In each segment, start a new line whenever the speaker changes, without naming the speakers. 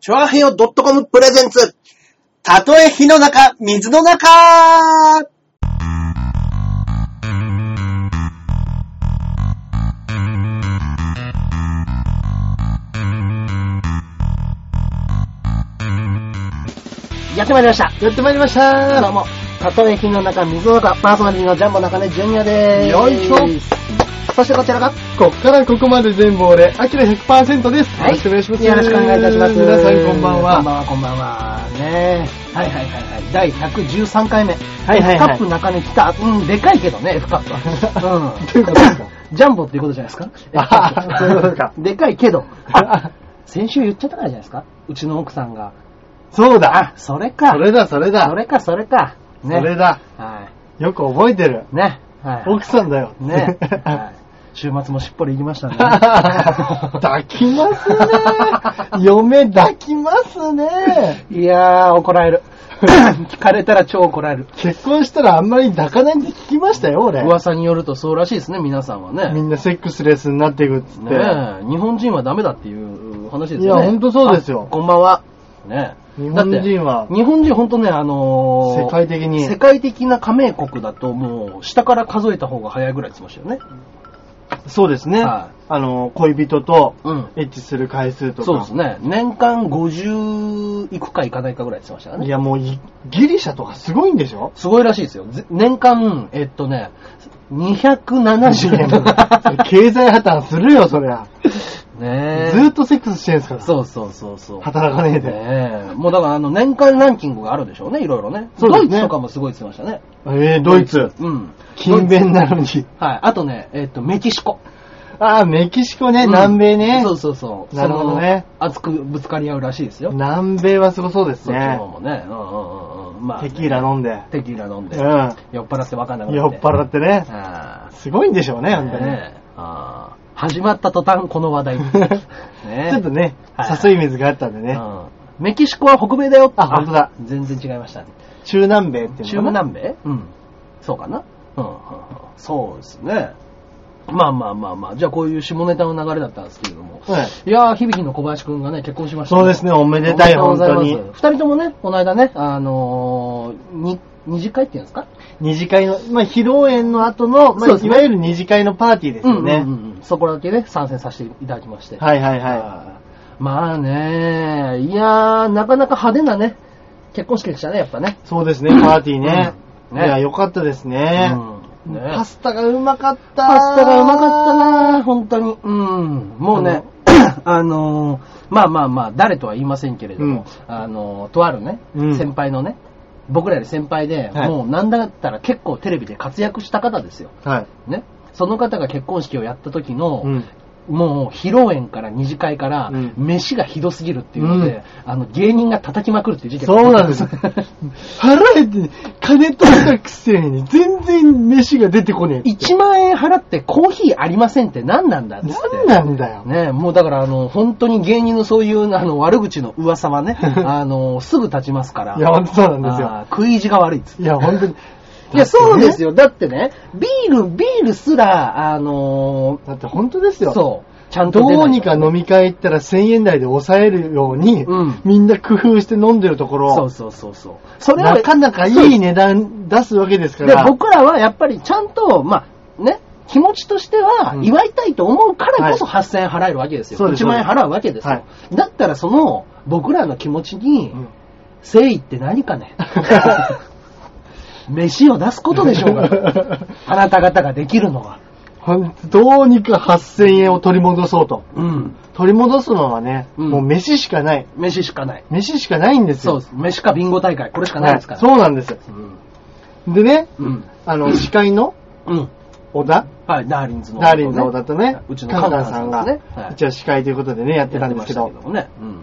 チョアヘヨ .com プレゼンツ。
たとえ火の中、水の中
やってまいりました。
やってまいりまし
どう
た
も、たとえ火の中、水の中、パーソナリティのジャンボ中根ジュニアでーす。
よいしょ
そしてこちらが、
こっからここまで全部俺、アキラ100%です。
はい
よろしくお願いします。
よろしくお願いいたします。
皆さんこんば
こ
ん
んばん
は。
は、こんばんは。ねはいはいはいはい。第113回目。
いはいはい
F カップ中根来た。うん、でかいけどね、F カップは。うん。
どういうことですか
ジャンボっていうことじゃないですか。
あそういうことですか
でかいけど。あ先週言っちゃったからじゃないですか。うちの奥さんが。
そう
あ
だ。
それか。
それだ、それだ。
それか、それか。ね。
それだ。
は
よく覚えてる。
い。ね。はい。
奥さんだよ。
ねはい週末もしっぽり行きましたね。
抱きますね。嫁抱きますね。
いやー、怒られ る。聞かれたら超怒られる。
結婚したらあんまり抱かないって聞きましたよ、俺。
噂によるとそうらしいですね、皆さんは
み
ね。
んなセックスレスになっていくっつって。
ねえ日本人はダメだっていう話ですよね。
いやほんとそうですよ
あこんばんは。ねえ
日本
だって
人は
日本人ほんとね、あのー
世界的に
世界的な加盟国だともう、下から数えた方が早いぐらいって言ってましたよね。
そうですね。
は
あの、恋人と
うん。
エッチする回数とか。
そうですね。年間50いくかいかないかぐらいって言ってましたからね
い。や、もうい、ギリシャとかすごいんでしょ
すごいらしいですよ。ぜ年間、えっとね、270円。
経済破綻するよ、そりゃ。
ねえ。
ずーっとセックスしてんすから。
そうそうそうそう。
働かねえで。
ねえ。もうだからあの年間ランキングがあるでしょうね、いろいろね。
そうですね
ドイツとかもすごいって言ってましたね。
えー、ドイツ。
うん。
勤勉なのに。
はい。あとね、えっと、メキシコ。
あー、メキシコね、
うん
南米ね。
そうそうそう。
なるほどね
その。熱くぶつかり合うらしいですよ。
南米はすごそうです
そっちの
ね。
方もね。うんうんうんうん。まあ、
テキーラ飲んで。
テキーラ飲んで。
う。
酔っ払ってわかんなんくな
酔
っ。
って払ってね。
ああ。
すごいんでしょうね、ほんとね。
ねえ。ああ。始まった途端、この話 題。ねえ
ちょっとね
はい、
誘い水があったんでね。
うんメキシコは北米だよ
あ本当だ。
全然違いましたね。
中南米っていうの
中
かな
南米うん。そうかな。うんうんうん。そうですね。まあまあまあまあ。じゃあこういう下ネタの流れだったんですけれども。
はい。
いやー、響きの小林くんがね、結婚しました、
そうですね、おめでたい、
おめで
本
とう
当
ござい
に
ま。す二人ともね、この間ね、あのー、に、二次会っていうんですか
二次会の、まあ、披露宴の後の、まあ、
そうです
い
ね
わゆる二次会のパーティーですよね。
うんうんうんうん。そこだけね、参戦させていただきまして。
はいはいは
はい。まあね、いやー、なかなか派手なね、結婚式でしたね、やっぱね。
い。そうですね、パーティーね。
うんね
いや、よかったですね。
うんね
パスタがうまかった。
パスタがうまかったな本当に。うん。もうね、 あのーまあまあまあ、誰とは言いませんけれども、あのーとあるね、
うん
先輩のね、僕らより先輩で、
はい
もうなんだったら結構テレビで活躍した方ですよ。
はい。
ね。その方が結婚式をやった時の、
うん。
もう披露宴から二次会から
うん、
飯がひどすぎるっていうので、あの、芸人が叩きまくるっていう事件
そうな んです。払えて、金取ったくせに、全然飯が出てこねえ。
1万円払ってコーヒーありませんって何なんだっつって。
なんなんだよ。
ねえ、もうだから、あの、本当に芸人のそういう、あの、悪口の噂は ね、あの、すぐ立ちますから。
いや、本当そうなんですよ。
あー食い意地が悪いっつって
いや、本当に。
いや、そうですよ。だってね、ビール、ビールすら、あの
だって本当です
ー
よ。
そう、ちゃんと
ど
出ない。
うにか飲み会行ったら1000円台で抑えるように、
うん
みんな工夫して飲んでるところ、
そうそうそうそう。それは、
なかなかいい値段出すわけですか
で
ら、
僕らはやっぱりちゃんと、まあ、ね、気持ちとしては
うん
祝いたいと思うからこそ
は
8000円払えるわけですよ。
そうです
1万円払うわけですよ。
はい
だったらその、僕らの気持ちに、
うん
誠意って何か ね。飯を出すことでしょう が。あなた方ができるのは。
ほんとどうにか8000円を取り戻そうと。
うん。
取り戻すのはね、
うん
もう飯しかない。
飯しかない。
飯しかないんです
そう
よ。
です。飯かビンゴ大会。これしかないですから。
はいそうなんです。
うん。
でね、
うん。
あの、司会の
うん。
小田、
はい、ダーリンズの、
ダーリンの小田とね、
うちのカンカンさんが、
カン
ね
カン、さ
は
んが
い
一応司会ということでね、やってたんですけ
やって
ど
まし、たもね。うん。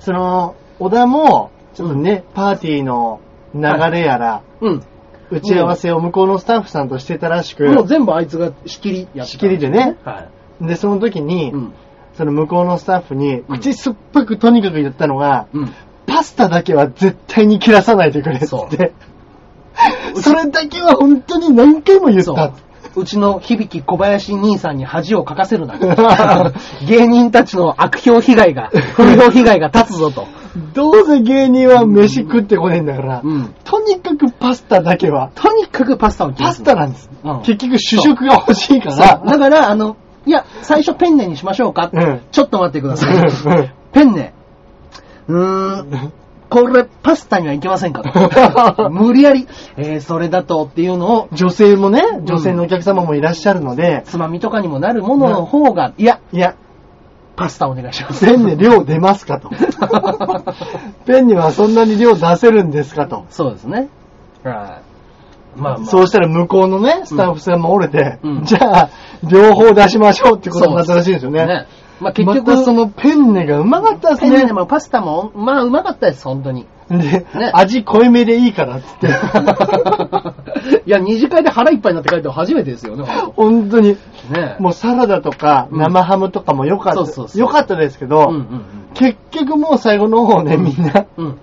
その、小田も、ちょっとね、パーティーの流れやら、
うん。
打ち合わせを向こうのスタッフさんとしてたらしく、
もう全部あいつが仕切りやってた
仕切りでね。
は
で、その
い。
時に、
うん。
その向こうのスタッフに、口酸っぱくとにかく言ったのが、
うん。
パスタだけは絶対に切らさないでくれっつ
そ
って。それだけは本当に何回も言っ
そ
た
う。。うちの響小林兄さんに恥をかかせるな。 芸人たちの悪評被 害が、風評被害が立つぞと。
どうせ芸人は飯食ってこねえんだから、
うん
とにかくパスタだけは、
とにかくパスタを切る
パスタなんです。
うん
結局主食が欲しいか
そうだ
ら、
から、あの、いや、最初ペンネにしましょうか。
うん
ちょっと待ってください。ペンネ。うーん。これ、パスタにはいけませんか と無理やり、えー、それだとっていうのを、
女性もね、女性のお客様もいらっしゃるので、
つまみとかにもなるものの方が、いや、
いや、
パスタお願いします。
ペンに量出ま すかと。ペンにはそんなに量出せるんですかと。
そうですね。はい。まあまあ。
そうしたら向こうのね、スタッフさんも折れて、
うん
じゃあ、両方出しましょうってことになったらしいんですよね。
ね。まあ結
結
局、
局、そのペンネがうまかったです
ペンネ
ね。
もパスタも、まあうまかったです、本当に。
で、
ね
味濃いめでいいから っつって。
いや、二次会で腹いっぱいになって帰ったの初めてですよね、本
本当に、
当ね
もうサラダとか
うん
生ハムとかも良かった、
そうそうそう
良かったですけど、
うんうん
結局もう最後の方ね、みんな、
うん。うん。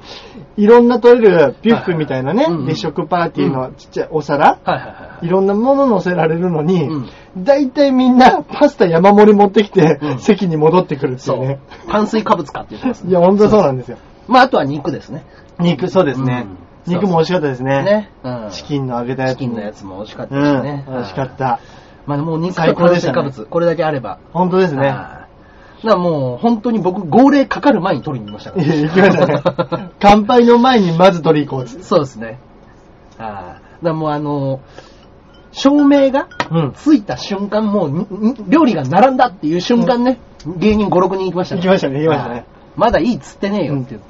いろんな取れるビュッフみたいなね、
はいはいはいうんうん
立食パーティーのちっちゃいお皿、
はいはいはいはい
い。ろんなもの乗せられるのに、
うん
大体みんなパスタ山盛り持ってきて、
うん
席に戻ってくるって
そ
いう
う
ね。。
炭水化物かって言ってます
いや、本当そうなんですよ。
まあ、あとは肉ですね。
肉、そうですね。
うん
肉も美味しかったですね。
ね。うん
チキンの揚げたや
チ
つ。
キンのやつも美味しかった
う
で
ん
すね。。
美味しかった。
まあ、もう肉と
最高で
炭
し
水
たね
化物、これだけあれば。
本当です
は
ね。
いだからもう、本当に僕、号令かかる前に取りに行きましたか
い
ら
や 行きました ね。乾杯の前にまず取り行こうっつって。
そうですね。ああ。だからもうあの、照明が
うん
ついた瞬間、もうに、に料理が並んだっていう瞬間ね、芸人5、6人行きました
行きましたね行きましたね
ああまだいいっつってねえよって言って。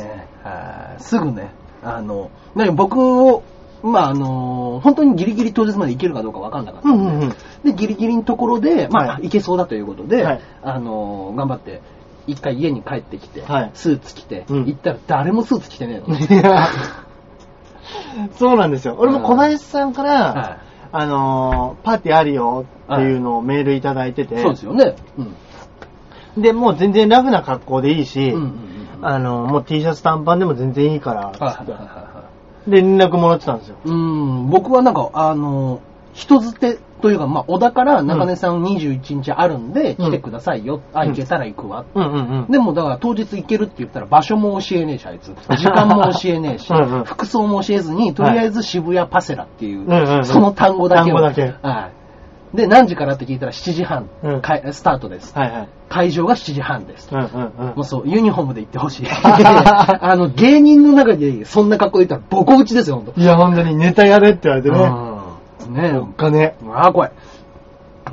ええああすぐね、あの、なんか僕を、まああの、本当にギリギリ当日まで行けるかどうかわかんなかった
うんん
で、
うんうん。
で、ギリギリのところで、まあ、
はい
行けそうだということで、
はい
あのー頑張って、一回家に帰ってきて、
はい
スーツ着て、
うん
行ったら誰もスーツ着てねえの。
いやそうなんですよ。俺も小林さんから、
はい
あのーパーティーあるよっていうのをメールいただいてて、
そうですよね。うん。
で、もう全然ラフな格好でいいし、
うんうんうんうん
あのーもう T シャツ短パンでも全然いいから、
はい
つ
は
っ
い
て
はいはい
で連絡もらってたんですよ。
うん、僕はなんか、あのー人づてというか、まあ、小田から中根さん21日あるんで、
うん
来てくださいよ。あ、行けたら行くわ。
うんうんうん。
でもだから当日行けるって言ったら場所も教えねえし、あいつ。時間も教えねえし
うんうん、
服装も教えずに、とりあえず渋谷パセラってい
うんうんう
う、
ん
その単語だけを。
単語だけ
はい。で、何時からって聞いたら7時半
うん、
かいスタートです。
はいはい。
会場が7時半です。
うんうんう
も
ん
う。そう、ユニフォームで行ってほ しい。あの、芸人の中でそんな格好いったらボコ打ちですよ、ほんと。
いや、本当にネタやれって言われてね。
うんね
お金。
ああ、怖い。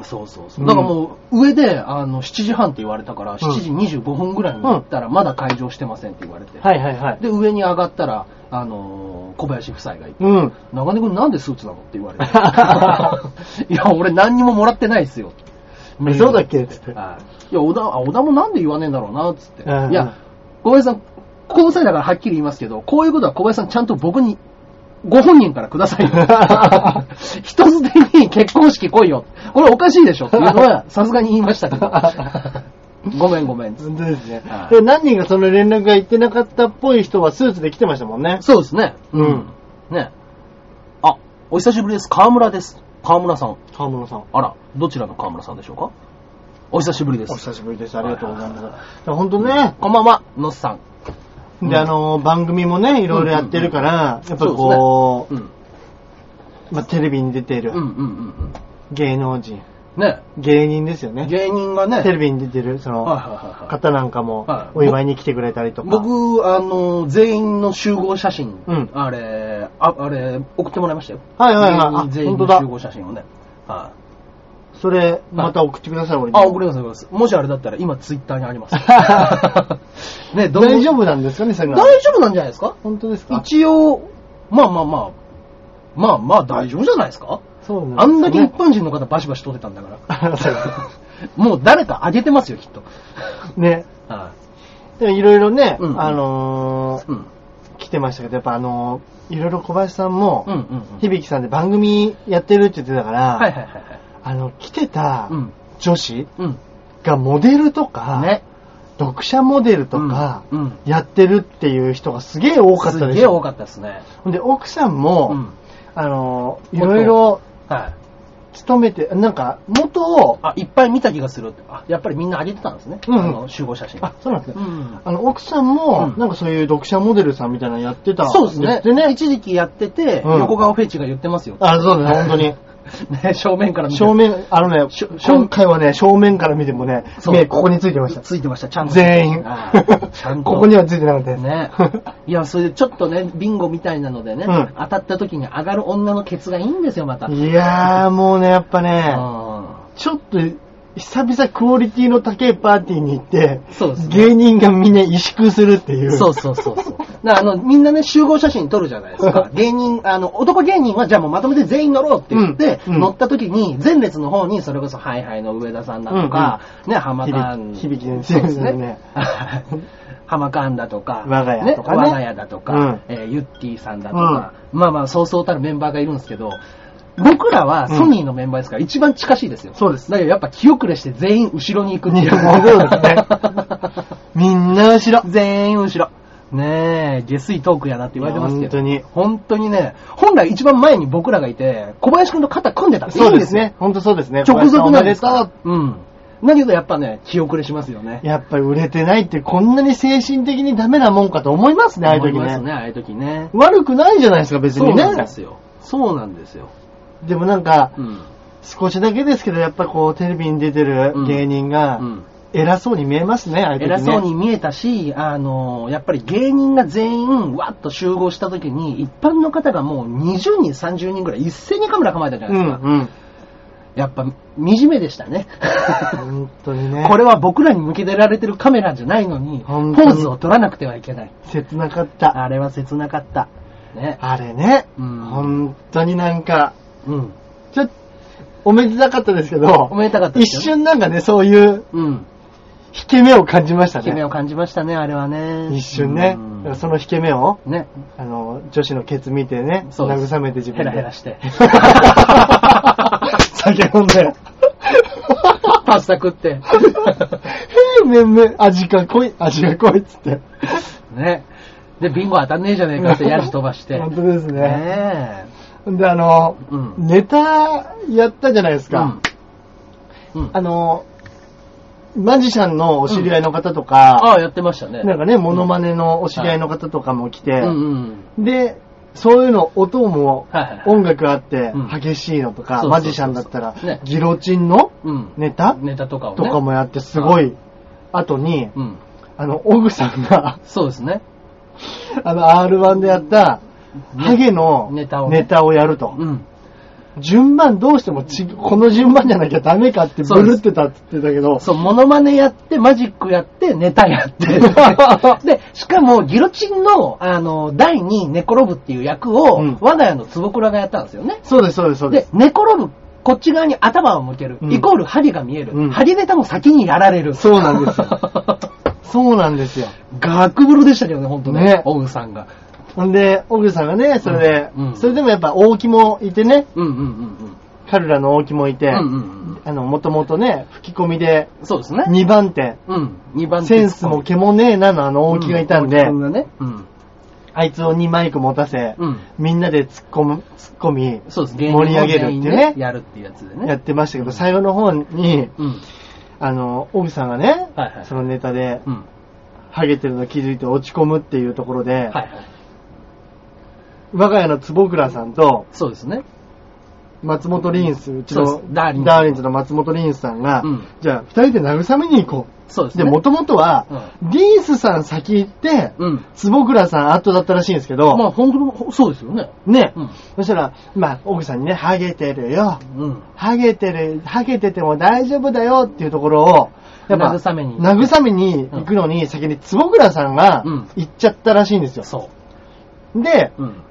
そうそうそう。
うん
だからもう、上で、あの、7時半って言われたから、7時25分ぐらいに行ったら、まだ会場してませんって言われて。
はいはいはい。
で、上に上がったら、あのー小林夫妻がいて、
うん。
長根君なんでスーツなのって言われ て。いや、俺何にももらってないですよ。
えそうだっけつって
はいいや、小田、あ小田もなんで言わねえんだろうな、つって。
うん
いや、小林さん、この際だからはっきり言いますけど、こういうことは小林さんちゃんと僕に、ご本人からください よ。人づてに結婚式来いよ。これおかしいでしょっていうの は、さすがに言いましたけど。ごめんごめん。
本当ですね
は。い
で、何人かその連絡が行ってなかったっぽい人はスーツで来てましたもんね。
そうですね。
うん。
ね。あ、お久しぶりです。河村です。河村さん。
河村さん。
あら、どちらの河村さんでしょうかお久しぶりで
お
す。
久しぶりです。ありがとうございます。本当ね、
こんばんは、のっさん。うん
で、あの、番組もね、いろいろやってるから、やっぱ
そ
こ
うですね
う、まあ、テレビに出てる
うん、うんうんうん
芸能人、
うん。ね。
芸人ですよね。
芸人がね、
テレビに出てる、そ
はい
の、
はいはいはい
方なんかも
はい、
お祝いに来てくれたりとか。
僕、あの、全員の集合写真、
うん
あれ、ああれ、送ってもらいましたよ。
はいはいはい
芸人
あ
全員
本
の
当だ
集合写真をね。はい
それ、また送ってください、俺に。
あ、送ります、送ります。もしあれだったら、今、ツイッターにあり ます。ね、どう
大丈夫なんですかね、それ
大
が。
丈夫なんじゃないですか
本当ですか
一応、まあまあまあ、まあまあ大丈夫じゃないですか
そう
あんだけ一
ね
般人の方バシバシ撮ってたんだ か
そう
ら。もう誰かあげてますよ、きっと。
ね。
は
でもいろいろね、
うん
あの
いうん。
ー来てましたけど、やっぱあのーいろいろ小林さんも、
うんうんうん。
響さんで番組やってるって言ってたから、
はいはいはいはい。
あの、来てた
うん。
女子
うん。
がモデルとか、
ね。
読者モデルとか、
うんうん
やってるっていう人がすげえ多かっ
す
た
げ
でし
え多
ょ。
かったですね。
で、奥さんも、
うん
あのーいろいろ
はい。
勤めて、なんか、元を、
あ、いっぱい見た気がする。あ、やっぱりみんな上げてたんですね。
うんうん
あの集合写真。
あ、そうなんです
う
ね。
ん。
あの、奥さんも
う、ん
なんかそういう読者モデルさんみたいなのやってた。
そうですね。
でね。
一時期やってて、
うん
横顔フェチが言ってますよ。
あ、そうだね、本当に。
ね、正面から見て
正面、あのね、
しょ
今回はね、正面から見てもね、
そう
目ここについてました。
ついてました、ちゃんと。
全員
あ ーちゃん。と。
ここにはついてなかったです。
ね。いや、それでちょっとね、ビンゴみたいなのでね、
うん
当たった時に上がる女のケツがいいんですよ、また。
いやー、もうね、やっぱね、
う
ちょっと、久々クオリティの高いパーティーに行って、
んそうですね。
芸人がみんな萎縮するっていう。
そうそうそうそう。だからあの、みんなね、集合写真撮るじゃないですか。芸人、あの、男芸人は、じゃあもうまとめて全員乗ろうって言って、
うんうん
乗った時に、前列の方に、それこそ、ハイハイの上田さんだとか、ね、浜カン。
響き響き
そうで
の強いですすね
ね。 浜カンだとか、
我が家とかね
我が家だとか、
うん
えーユッティさんだとか、まあまあ、そうそうたるメンバーがいるんですけど、僕らはソニーのメンバーですから、一番近しいですよ。
そうです
だけどやっぱ気遅れして全員後ろに行くって
い
いう。
や、もう そうですね。みんな後ろ。
全員後ろ。ねえ、下水トークやなって言われてますけど。
本当に
本当にね、本来一番前に僕らがいて、小林くんの肩組んでたっていい
そ
ん
う
で
ですす
ね。
ね。本当そうですね。
直属なん
おめ
で
ですとう
か。うん。だけどやっぱね、気遅れしますよね。
やっぱり売れてないってこんなに精神的にダメなもんかと思いますね、ああいう時
思います
ね。
ね、ああいう時ね。
悪くないじゃないですか、別
そう
にね
なん。ですよ。そうなんですよ。
でもなんか、
うん。
少しだけですけど、やっぱこう、テレビに出てる芸人が
う、ん。
偉そうに見えますね、ああいう時ね。
偉そうに見えたし、あの、やっぱり芸人が全員、わっと集合した時に、一般の方がもう20人、30人ぐらい一斉にカメラ構えたじゃ
う
ない
ん
ですか。
うん。
やっぱ、惨めでしたね。
本当にね。
これは僕らに向けられてるカメラじゃないのに、ポ
本当に
ーズを取らなくてはいけない。
切なかった。
あれは切なかった。ね。
あれね。
うん
本当になんか、
うん。
ちょっと、おめでたかったですけど
お、めでたかったで
一
すよ。
瞬なんかね、そういう、
うん。
引け目を感じました
引け目
ね。
を感じましたね、あれはね。
一瞬
う
ね
ん。
その引け目を、
ね。
あの、女子のケツ見てね、
そうです
慰めて自
ヘ
分
ラヘ
で
ラ。して。
酒飲んで。
パスタ食って。
へえ、めんめん、味が濃い、味が濃いっつって。
ね。で、ビンゴ当たんねえじゃねえかってヤジ飛ばして。
本当ですね。
ね
で、あの、
え。うん。
ネタやったじゃないですか。
うん。うん。
あの、マジシャンのお知り合いの方とか、
ああ、やってましたね。
なんかね、モノマネのお知り合いの方とかも来て
う、んうん。
で、そういうの、音も
はいはいはい
音楽あって
うん、
激しいのとか、
そうそうそうそう
マジシャンだったら
ね、
ギロチンの
うん。
ネタ
ネタとかをね。
とかもやって、すごい、後に、
うん。、
あの、オグさんが
そうですね。
あの、R1 でやった、
ね
ハゲの
ネタをね
ネタをやると。
うん。
順番どうしてもち、この順番じゃなきゃダメかって
そう
ブ
で
ル
す
ってたって言ってたけど、
そう、モノマネやって、マジックやって、ネタやっ て。で、しかも、ギロチンの、あの、第に寝転ぶっていう役を、
うん
我が家の坪倉がやったんですよね。
そうです、そうです、そうで
で、
す。
寝転ぶ、こっち側に頭を向ける、
うん
イコール針が見える、
うん
針ネタも先にやられる。
そうなんですよそうなんですよ。
ガクブロでしたけどね、本当ね。
ね
オウさんが。
ほんで、オグさんがね、それで、
うんうん
それでもやっぱ大木もいてね、
うんうんうん
彼らの大木もいて、
うん。うんうんうん。
あの、もともとね、吹き込みで
そうですね。
2番手、
うん。2番手
センスも毛もねえなのあの大木がいたんで、
うん大木君がね。うん。
あいつを2マイク持たせ、
うん。
みんなで突っ込む、突っ込み、
そうです。芸人も
盛り上げるって
全
い
員
う
ね
ね、
やるっていうやつで
や
ね
っ。てましたけど、最後の方に、
うん。
あの、オグさんがね、
はいはい
そのネタで、
うん。
ハゲてるの気づいて落ち込むっていうところで、
はいはい。
我が家の坪倉さんと、
そうですね。
松本リンス、うち
そう
の
ですダーリンズ
ダーリンズの松本リンスさんが、
うん
じゃあ二人で慰めに行こ
そうで
う。
すね。
で、もともとは、リンスさん先行って、
うん。
坪倉さん後だったらしいんですけど、
まあ、本当にほ、そうですよね。
ね、
うん
そしたら、まあ、奥さんにね、ハゲてるよ、
うん。
ハゲてる、ハゲてても大丈夫だよっていうところを、やっぱ、
慰めに
慰めに行くのに、先に坪倉さんが
うん
行っちゃったらしいんですよ。
そ
で、
う。うん。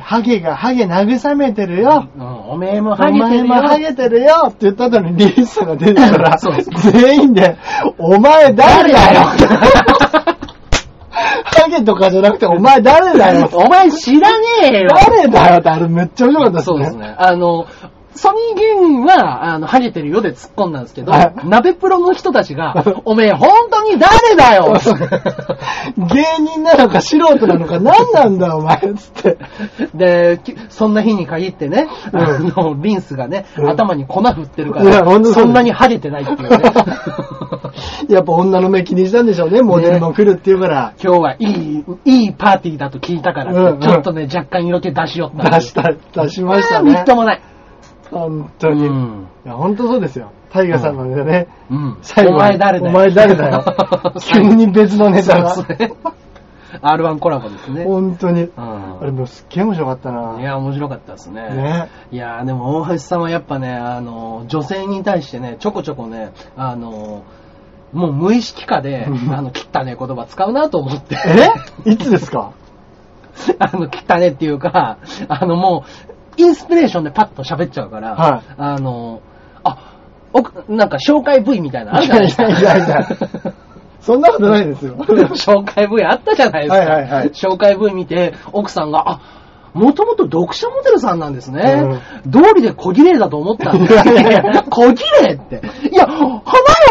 ハゲが、ハゲ慰めてるよ、
うんおめえも
お
ハゲて
前
る
も
よ。
ハゲてるよって言った後にリースさんが出てたら
そうです、
全員で、お前誰だよ ハゲとかじゃなくて、お前誰だよ
お前知らねえよ。
誰だよって、あれめっちゃ面白かったです
そ
ね。
うですね。あの、ソニー芸人は、あの、ハゲてるよで突っ込んだんですけど
はい、
鍋プロの人たちが、おめえ本当に誰だ よ
芸人なのか素人なのか何なんだお前っつ って。
で、きそんな日に限ってね、
うん
あの、リンスがね、
うん
頭に粉振ってるか
いや
ら、
ほんとそうです
そんなにハゲてないって いうね。
やっぱ女の目気にしたんでしょうね。もう注文来るっていうから。
今日はいい、いいパーティーだと聞いたからって、
うん
ちょっとね、若干色気出しよった。
出した、出しました
あーみ
ね
っ。ともない。
本当に。いや、本当そうですよ。タイガさんのネタね。
うん。
最後
お前誰だよ。
お前 誰だよ急に別のネタが
そうですね。R1 コラボですね。
本当に。
う
あれもうすっげえ面白かった
ん。い
な。
や、面白かったですね。
ね。
いやーでも大橋さんはやっぱね、あの、女性に対してね、ちょこちょこね、あの、もう無意識化で、
うん
あの、汚ねえ言葉使うなと思って。
えいつですか
あの、汚ねっていうか、あの、もう、インスピレーションでパッと喋っちゃうから、
はい
あの、あ、おなんか紹介部位みたいなのあるじゃないですか。
いやいやいやいやそんなことないです よ。
紹介 V あったじゃないですか。
はいはいはい
紹介 V 見て、奥さんが、あ、もともと読者モデルさんなんですね。道理で小綺麗だと思ったんだ。
いやいやいや
小綺麗って。いや、花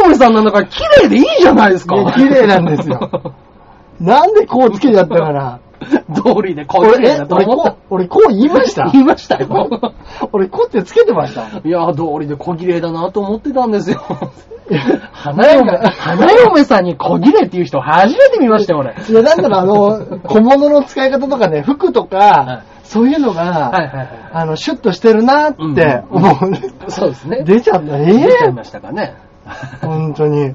嫁さんなんだから綺麗でいいじゃないですか
いや。綺麗なんですよ。なんでこうつけちゃったかな。
道理で小綺
俺、
麗
え
だと
俺
思った
こ。う、俺こう言いま した
言いましたよ。
俺こうってつけてま した
いや、道理で小綺麗だなと思ってたんですよ。花
なん
嫁、
か
花嫁さんに小綺麗っていう人初めて見ましたよ、俺。
いや、なんだろう、あの、小物の使い方とかね、服と
は
か
い、
そういうの
はい
が、
はいは
あの、シュッとしてるなって思う。
い。そうですね。
出ちゃった。え
出ちゃい
え
ましたかね。
本当に。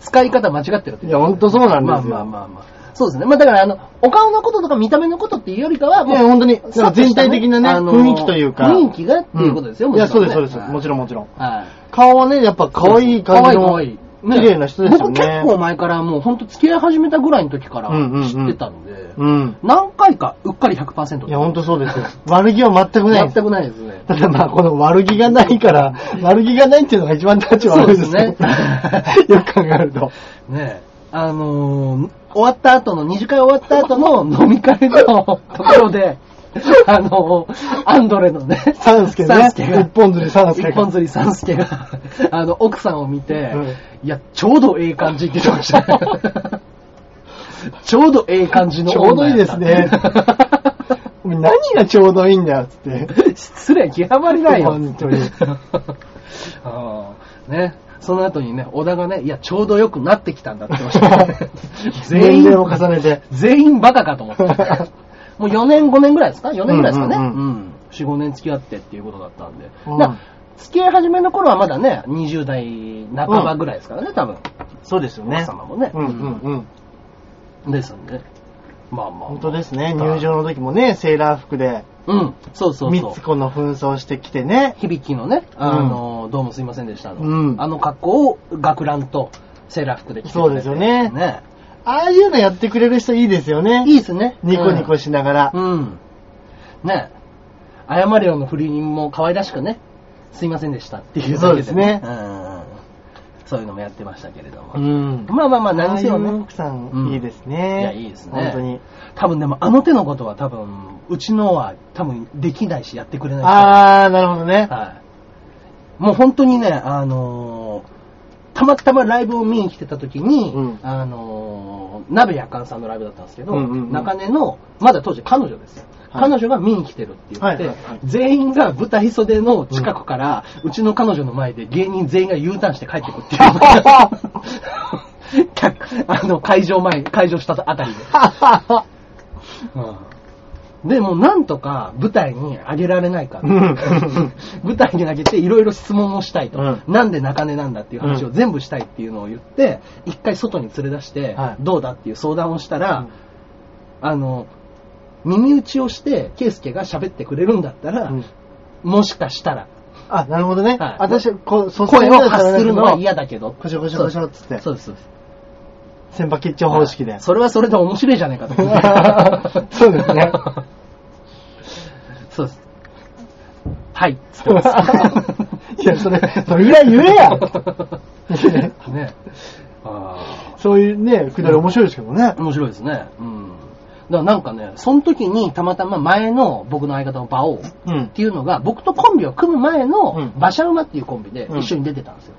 使い方間違ってるって
いや、本当そうなん
まあ
ですよ。
まあまあまあ。そうですね。まあだから、あの、お顔のこととか見た目のことっていうよりかは、
いや、
もう、
本当に、なんか全体的なね、
あの
雰囲気というか。
雰囲気がっていうことですよ、
ん
も
い
ちろ
や、
んね
そうです、そうで
は
す。
い
もちろん、もちろん。
はい。
顔はね、やっぱ可愛い感じ
可
の、
愛い
綺
可愛いね
麗な人ですよね。
僕結構前からもう本当付き合い始めたぐらいの時から
うんうんうん
知ってたので、
うん。
何回かうっかり100%
いや、本当そうですよ。悪気は全くない。
全くないですね。
ただ まあ、この悪気がない から、悪気がないっていうのが一番立ち悪いですね
そうで。
よく考えると。
ねえ。あのー、終わった後の、二次会終わった後の飲み会のところ で、あのー、アンドレのね、
サンスケね
サンスケが
一本釣りサンスケが
一本釣りサンスケが、 あの、奥さんを見て、
うん
いや、ちょうどええ感じって言ってま した。ちょうどええ感じの
ちょうど
女
いい
や
で
った
すね。 お前何がちょうどいいんだよ、つ って。
失礼極まりないよ。
本当に。
ああね。その後にね、小田がね、いや、ちょうど良くなってきたんだって言ってました、ね全
年
員
齢を、重ねて。
全員バカかと思って。もう4年、5年ぐらいですか ?4 年ぐらいですかね。
う
うんん
うんう
4、5年付き合ってっていうことだったんで。
うん
だ付き合い始めの頃はまだね、20代半ばぐらいですからね、多分。
そうですよ
奥様もね。
うんうんうん。
うんですんで。まあまあ。
本当ですね。入場の時もね、セーラー服で、
うん。そうそう
三
そう
つ。子の紛争してきてね。
響きのね、あの、どうもすいませんでしたの、
うん
あの格好を学ランとセーラー服で着てくれて
そうですよね
ね
ああいうのやってくれる人いいですよね。
いいですね。
ニコニコ
し
しながら。
うん。うんね謝れよの振りも可愛らしくね、すいませんでしたっていうだけ
そうですね
うん。そういうのもやってましたけれども。
ん
まあまあまあ、何
何
せ
せ
よ
ね。
ね。
奥さん、
うん
いいですね。
いやいいですね
本当に。
多分でもあの手のことは多分、うちのは多分できないしやってくれない人
あー、なるほどね。
はい。もう本当にね、あのーたまたまライブを見に来てた時に、
うん
あのー鍋やかんさんのライブだったんですけど、
うんうんうん
中根の、まだ当時彼女ですよ。
はい
彼女が見に来てるって言って、
はいはいはい
全員が舞台袖の近くから、うちの彼女の前で芸人全員が U ターンして帰ってく っていう。客あの、会場前、会場したあたりで。で、もうなんとか舞台に上げられないか
うん
舞台に上げていろいろ質問をしたいと、
うん
なんで中根なんだっていう話
う
を
ん
全部したいっていうのを言って、一回外に連れ出して、
はい
どうだっていう相談をしたら、
うん
あの、耳打ちをして、圭介が喋ってくれるんだったら、
うん
もしかしたら、
あ、なるほどね。
はい
私、こう、
声を発するのは嫌だけど。
こしょこしょこしょっつって
そうです。そうです
先輩決定方式で。。
それはそれで面白いじゃないかと思って
そうですね。
そうです。はい。つってます。
いや、それ、それぐ らい言えや
ね。あ
そういうね、くだり面白いですけどね
あ、。面白いですね。うん。だからなんかね、その時にたまたま前の僕の相方の馬王っ
うん。
ていうのが、僕とコンビを組む前の
うん
馬車馬っていうコンビで
うん
一緒に出てたんですよ。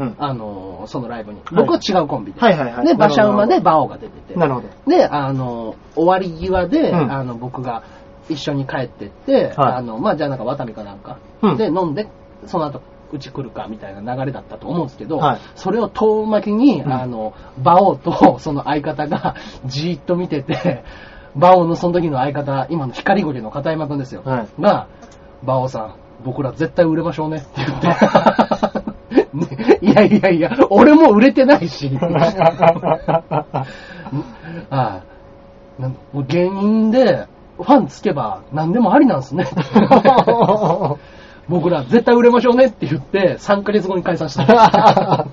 うん。
あのーそのライブに。僕は違うコンビで。
はいはいはい。
で、馬車馬で
なる
馬王が出てて
ほど。。な るほど。
で、あの、終わり際で、
うん
あの、僕が一緒に帰ってって、
はい
あの、まあ、じゃあなんか、ワタミかなんか、
うん
で、飲んで、その後、うち来るか、みたいな流れだったと思うんですけど、
はい
それを遠巻きに、
うん
あの、馬王と、 その相方が、じーっと見てて、馬王のその時の相方、今の光ゴリの片山くんですよ。
はい
が、馬王さん、僕ら絶対売れましょうねって 言 って。ねいやいやいや、俺も売れてない し。 ああなんもう芸人でファンつけば何でもありなん すね。僕ら絶対売れましょうねって言って3ヶ月後に解散 した。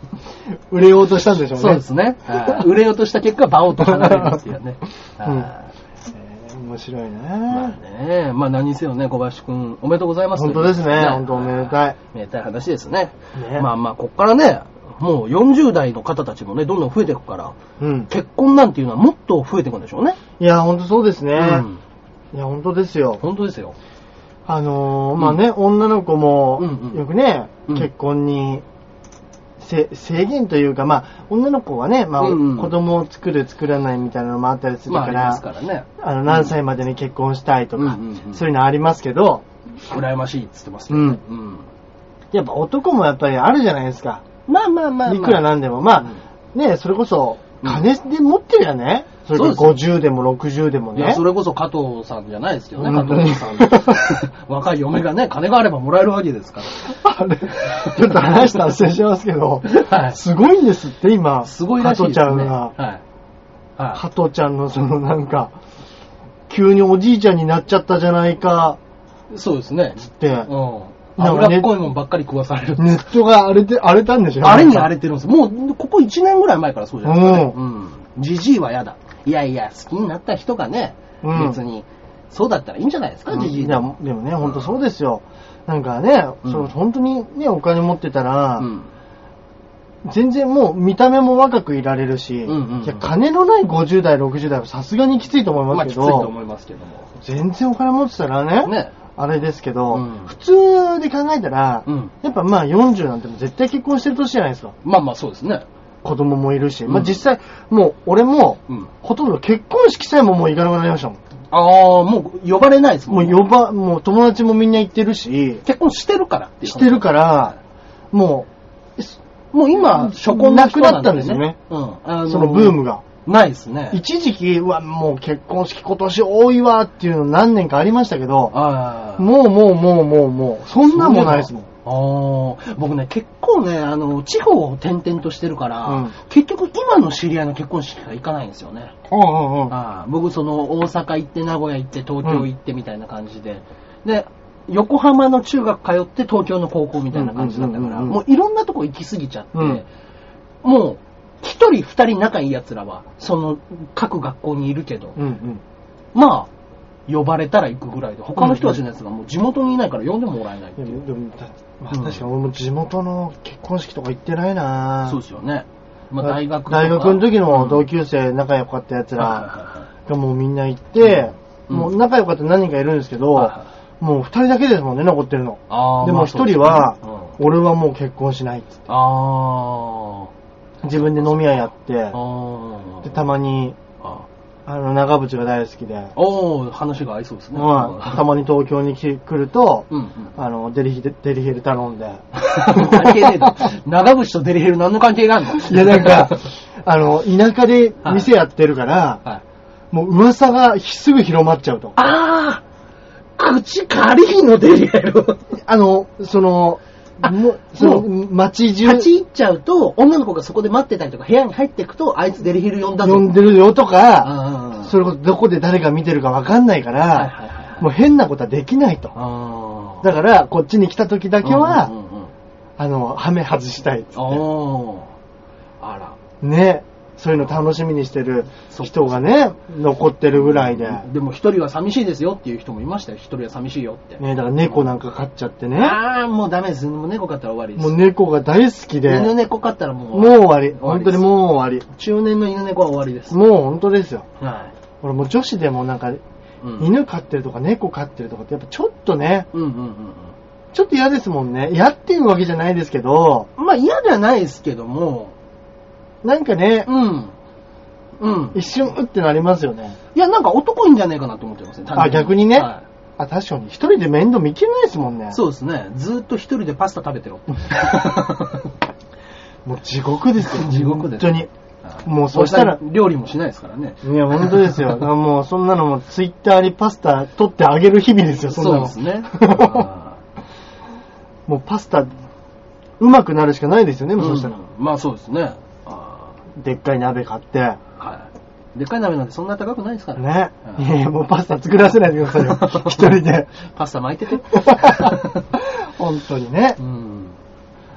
売れようとしたんでしょうね。
そうですね。はい売れようとした結果、バオと離れるっていう ね。
うん
はい
えー。面白いね。
まあね、まあ何にせよね、小林くん、おめでとうございます。
本当ですね本当おめでたい
はおめでたい話ですね。
ね
まあまあ、こっからね、もう40代の方たちもね、どんどん増えていくから、
うん。
結婚なんていうのはもっと増えていくんでしょうね。
いや、本当そうですね。
うん。
いや、本当ですよ。
本当ですよ。
あのー、まあね、女の子も
うんうん、
よくね、
うん
結婚に、せ制限というか、まあ、女の子はね、まあ、
うんうん
子供を作る、作らないみたいなのもあったりする
まあ、
か
あり
ら、
ますからね。
あの、何歳までに結婚したいとか、
うんうんうん
そういうのありますけど、
羨ましいっつってますけどね。うん。
やっぱ男もやっぱりあるじゃないですか。
まあまあまあ、まあ。
いくらなんでも。まあ、ね、それこそ、金で持ってるやね。それこそ
そうで
50でも60でも
いや、
ね
そ。れこそ加藤さんじゃないですけどね、
うん
加藤さん。 若い嫁がね、金があればもらえるわけですか
あれ、 ちょっと話したら失礼しますけど、
ら。 はい。
すごいんですって、今。
すごいらしいですね。
加藤ちゃんが。
はい。は
加藤ちゃんのそのなんか、急におじいちゃんになっちゃったじゃないか
い。そうですね。
って、
うん。
なんか
脂
ね
っこいもんばっかり食わされる。
ネットが荒れて、荒れたんでしょ
あれに荒れてるんですもう、ここ1年ぐらい前からそうじゃないですかね。うん。じじいは嫌だ。いやいや、好きになった人がね、
うん
別に、そうだったらいいんじゃないですか、じじい
い
で
や
も。
でもね、本当そうですよ。なんかね、
うん
そう本当にね、お金持ってたら、
うん。
全然もう見た目も若くいられるし、
うんうんうん
いや金のない50代、60代はさすがにきついと思い
ま
ま
あ、
す
きつ
け
いと
ど、
思いますけども。
全然お金持ってたらね、
ね。
あれですけど、
うん
普通で考えたら、
うん
やっぱまあ40なんて絶対結婚してる年じゃないですか。
まあまあ、そうですね。
子供もいるし、
うん
まあ実際、もう俺も、
うん。
ほとんど結婚式さえももう行かなくなりましたもん。
ああ、もう呼ばれないですもん。
もう呼ば、もう友達もみんな行ってるし、
結婚してるからっていう。
してるから、も
もう今、初婚の人
なくなったんですよね。
うん。あ
う、そのブーム
が。
が。
ないですね。
一時期、うわ、もう結婚式今年多いわっていうの何年かありましたけど、
ああ。
もうもうもうもうもう、そんなもんないですもん。
ああ。僕ね、結構ね、あの、地方を転々としてるから、
うん
結局今の知り合いの結婚式が行かないんですよね。
うんうんうん。
ああ。僕、その、大阪行って、名古屋行って、東京行ってみたいな感じで。で、横浜の中学通って、東京の高校みたいな感じだったか
うんうんうん
ら、
うんうん
もういろんなとこ行き過ぎちゃって、
うん
もう、一人二人仲いい奴らは、その、各学校にいるけど、
うんうん。
まあ、呼ばれたら行くぐらいで、他の人たちのやつがもう地元にいないから呼んでもらえないって
で
いう。
も、でもだまあ
うん
確かに俺も地元の結婚式とか行ってないな
そうですよね。まあ、大学とか
大学の時の同級生仲良かった奴らがもうみんな行って、
うん
もう仲良かった何人かいるんですけど、
はいはい
もう二人だけですもんね、残ってるの。
あー
で
ま
も
あそうです
一人
ね
は、
うん
俺はもう結婚しないっつって
あ
自分で飲み屋やって
ー、あー。
で、たまに、
あ
あの、長渕が大好きで、
おー、話が合いそうですね。
まあ、たまに東京に来来ると、
うんうん。
あの、デリヒ、デリヘル頼んで、
関係ねえ な長渕とデリヘル何の関係があるの
いや、なんか、 あの、田舎で店やってるから、
はい。
もう噂がすぐ広まっちゃうと。
あー口軽いのデリヘル。
あの、その、
あ
もその、
も
街中、
立ち入っちゃうと、女の子がそこで待ってたりとか、部屋に入っていくと、あいつデリヘル呼んだぞ。
呼んでるよとか、
あー
それこそどこで誰が見てるかわかんないか
はいはいは
ら、
いはい
もう変なことはできないと。
あー
だから、こっちに来た時だけ
う
は、
んうんうんうん
あの、ハメ外したいっつって。
おーあら。
ね。そういうの楽しみにしてる人がね、残ってるぐらいで。
でも一人は寂しいですよっていう人もいましたよ。一人は寂しいよって。
ね、だから猫なんか飼っちゃってね。
ああ、もうダメです。もう猫飼ったら終わりです。
もう猫が大好きで、
犬猫飼ったらもう、
もう終わり。
終わ
本
り
当
です
にもう終わ
中年の犬猫は終わりです。
り。もう本当ですよ。
は
俺もう女子でもなんか、
うん。
犬飼ってるとか猫飼ってるとかって、やっぱちょっとね、
うんうんうん
ちょっと嫌ですもんね。嫌っていうわけじゃないですけど、
うん。まあ嫌じゃないですけども、
なんかね、
うん。うん。
一瞬うってなりますよね。
いや、なんか男いいんじゃないかなと思ってますね。単純
あ逆にね
は
あ、確かに。一人で面倒見きれないですもんね
い。。そうですね。ずーっと一人でパスタ食べてろ。
もう地獄ですよ。
地獄です
本当に。もうそ
そう
したら
料理もしないですからね。
いや、本 当ですよ。だからもう、そんなのもツイッターにパスタ取ってあげる日々ですよ、そんな
そう
の。
ですね。あ
もうパスタ、うまくなるしかない ですよね、
ー
もうそうしたら
ん。まあそうですね。あ
でっかい鍋買って。
ーはい。でっかい鍋なんてそんな高くないですから
ね。
うん
いやいや、もうパスタ作らせないでください よ。一人で。
パスタ巻いてて。
本当にね
う。ん。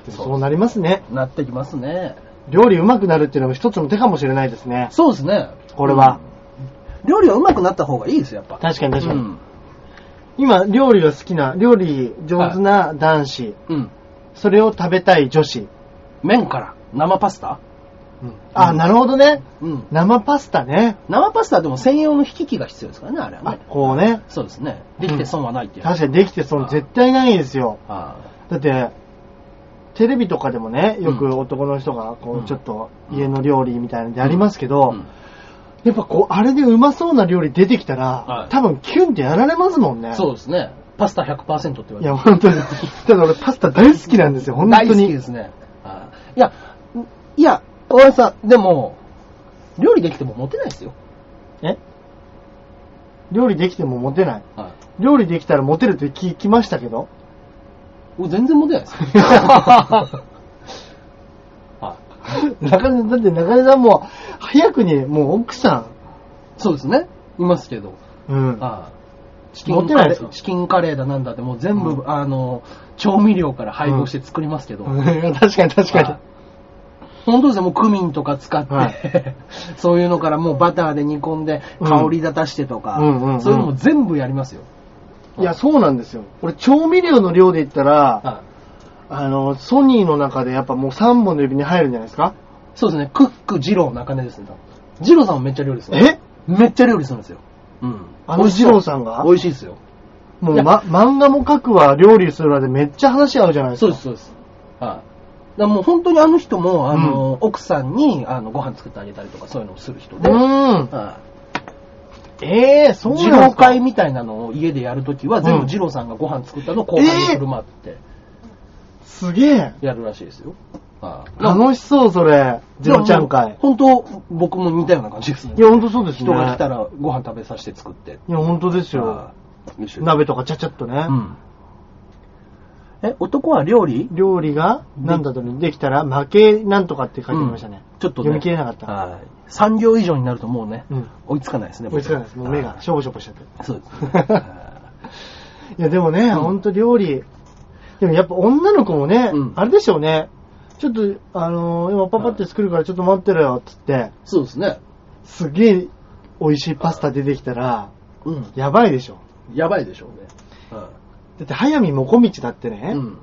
でもそうなりますね。
なってきますね。
料理うまくなるっていうのも一つの手かもしれないですね。
そうですね。
これは。
うん。料理はうまくなった方がいいですよ、やっぱ。
確かに確かに。
うん
今、料理が好きな、料理上手な男子、
うん。
それを食べたい女子。
麺から生パスタ
あ、
うん
なるほどね。
うん。
生パスタね。
生パスタでも専用の引き器が必要ですからね、あれは
あ
ね。、
こうね。
そうですね。できて損はないっていう。
確かにできてその絶対ないですよ。
あ
だって、テレビとかでもね、よ
う
く男の人が、こ
う
う、
ん
ちょっと家の料理みたいなのでありますけ
あ
ど、
うん
やっぱこう、あれでうまそうな料理出てきたら、
はい
多分キュンってやられますもんね。
そうですね。パスタ100%って言わ
い
れて
や、本当に。ただ俺パスタ大好きなんですよ、本当
大
に。
好きですね。あいや、いや、小林さん、でも、料理できてもモテないですよ。
え料理できてもモテない。
は
料理できたらモテるって聞きましたけど。
い。全然モテないですよ。はい。
中根さん、だって中根さんも、早くに、もう奥さ
そうですね。いますけど。
ん。うん。
あチキ
持っ
ン
てな
カ
いで
レ
す
ー
か
チキンカレーだなんだって、もう全部、
う
あの、調味料から配合して作りますけど。
いや 確かに確かに
はい。本当ですよ、もうクミンとか使って、
は
そういうのからもうバターで煮込んで、
うん
香り立たしてとか、
うんうんうん
そういうのも全部やりますよ。
いや、そうなんですよ。俺、調味料の量で言ったら、
は
あの、ソニーの中でやっぱもう3本の指に入るんじゃないですか
いそうですね、クック、二郎、中根ですね。二郎さんもめっちゃ料理する。
え
めっちゃ料理するんですよ。うん。
あの二郎さんが
美味しいですよ。
も、
いうや
ま、漫画も描くわ、料理するわでめっちゃ話合うじゃないです
そう
か。
です、そうです。はい。だからもう本当にあの人も、あの、奥さんに、あの、ご飯作ってあげたりとかそういうのをする人
う
で、
ーん。
はい。
ええー、そう
二
なんで
郎
すか
会みたいなのを家でやるときは、全部二郎さんがご飯作ったのを後輩に振る舞って
すげえ。
やるらしいですよ。あ
楽しそう、それ。ゼロちゃん会。
本当、僕も似たような感じですね
い。や、ほんとそうですね。
人が来たらご飯食べさせて作って。
いや、ほんとですよ
あ。あ一緒に
鍋とかちゃちゃっとね
う。ん。え、男は料理
料理が、なんだとにできたら、負けなんとかって書いてありましたね。
ちょっとね。
読み切れなかった
はい。3行以上になるともうね、
うん
追いつかないですね。僕
追いつかないです。もう目が
あ
しょぼしょぼしちゃって。
あそうですね。あ
いや、でもね、ほんと料理。でもやっぱ女の子もね、
うん
あれでしょうね。ちょっと、あのー今パパって作るからちょっと待ってろよ、つって。
あ そうですね。
すげえ美味しいパスタ出てきたら、
うん。
やばいでしょ。
やばいでしょうね。
だって、早見もこみちだってね、
うんうん。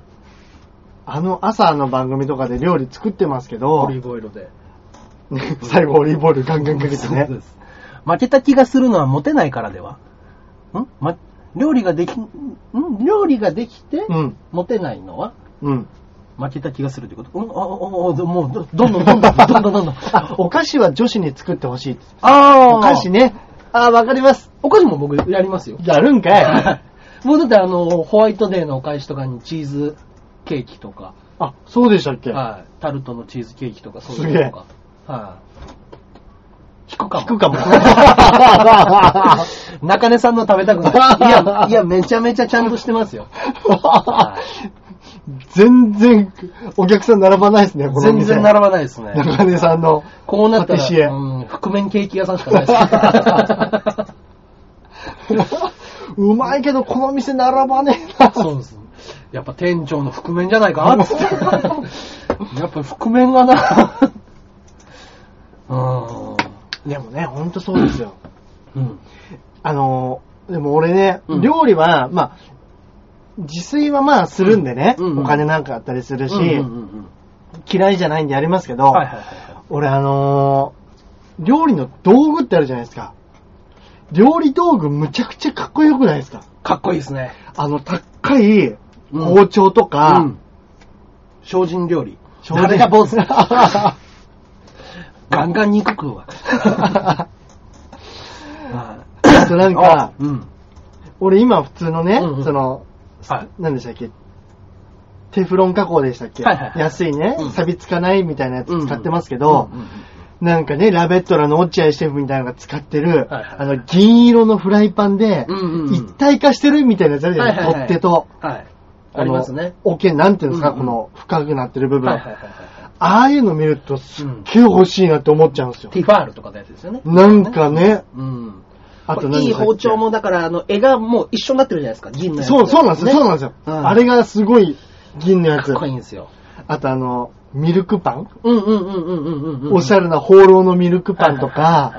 あの朝の番組とかで料理作ってますけ
オ
ど
リ、ーブオイルで。
最後オリーブオイルガンガンかけてね
そう。です。負けた気がするのはモテないからではんま、料理ができ、ん料理ができて、
うん、
モテないのは
うん。
負けた気がするってことうんあ、あ、あ、あもう、どど んどんどんどん、どんどんどんどん。
あ、お菓子は女子に作ってほしい。
あ
お菓子。ね。あ、わかります。
お菓子も僕やりますよ。
やるんかい。
もうだってあの、ホワイトデーのお返しとかにチーズケーキとか、
あ、そうでしたっけ
はい。タルトのチーズケーキとか、そういうのとか。はい。引くかも。
聞くかも。
中根さんの食べたくない。いや、いや、めちゃめちゃちゃんとしてますよ。
全然、お客さん並ばないですね、この
全
店。
然並ばないですね。
中根さんの。
こうなった
パティシエ
ら、うん、覆面ケーキ屋さんしかない ですね。
うまいけど、この店並ばねえな。
そうです。やっぱ店長の覆面じゃないかなっつって。 やっぱ覆面がな。う
でもね、ほんとそうですよ。
ん。うん。
あのー、でも俺ね、
うん
料理は、まあ、自炊はまあするんでね、
うんうんうん
お金なんかあったりするし、
うんうんうん
嫌いじゃないんでやりますけ
う
ど、
んはいはいはいはい。
俺あのー、料理の道具ってあるじゃないですか。料理道具むちゃくちゃかっこよくないですか
かっこいいですね。
あの、高い
うん
包丁とか、
うん。精進料理。
精進
誰が坊主ガン ガン肉食うわ。
あ
あ
となんか、
うん。
俺今普通のね、
うんうん
その、
はい。
何でしたっけテフロン加工でしたっけ、
はいはいはい
安いね、
うん
錆びつかないみたいなやつ使ってますけど、
うんうん
なんかね、ラベットラの落合シェフみたいなのが使ってる、
はいはい
あの、銀色のフライパンで
う、んうんうん
一体化してるみたいなやつあるじゃないですか、
はいはいはい
取っ手と。
はい。ありますね。
の。OK、なんていうんですか、
うんう
こ
ん
の深くなってる部分。
はいはいはいはい。
ああいうの見るとすっげえ欲しいなって思っちゃうんですよ。
ティファールとかのやつですよね。
なんかね、
うん。
あと何
いい
でしたっけ
包丁も、だから、あの、絵がもう一緒になってるじゃないですか、銀のやつ。
そう、そうなんですよ、
ね
そうなんですよ。
うん
あれがすごい銀のや
か
つ
っ。こいいんですよ。
あとあの、ミルクパン、
うんうんうんうんうんうんうん。
おしゃれな放浪のミルクパンと
はいはい
か、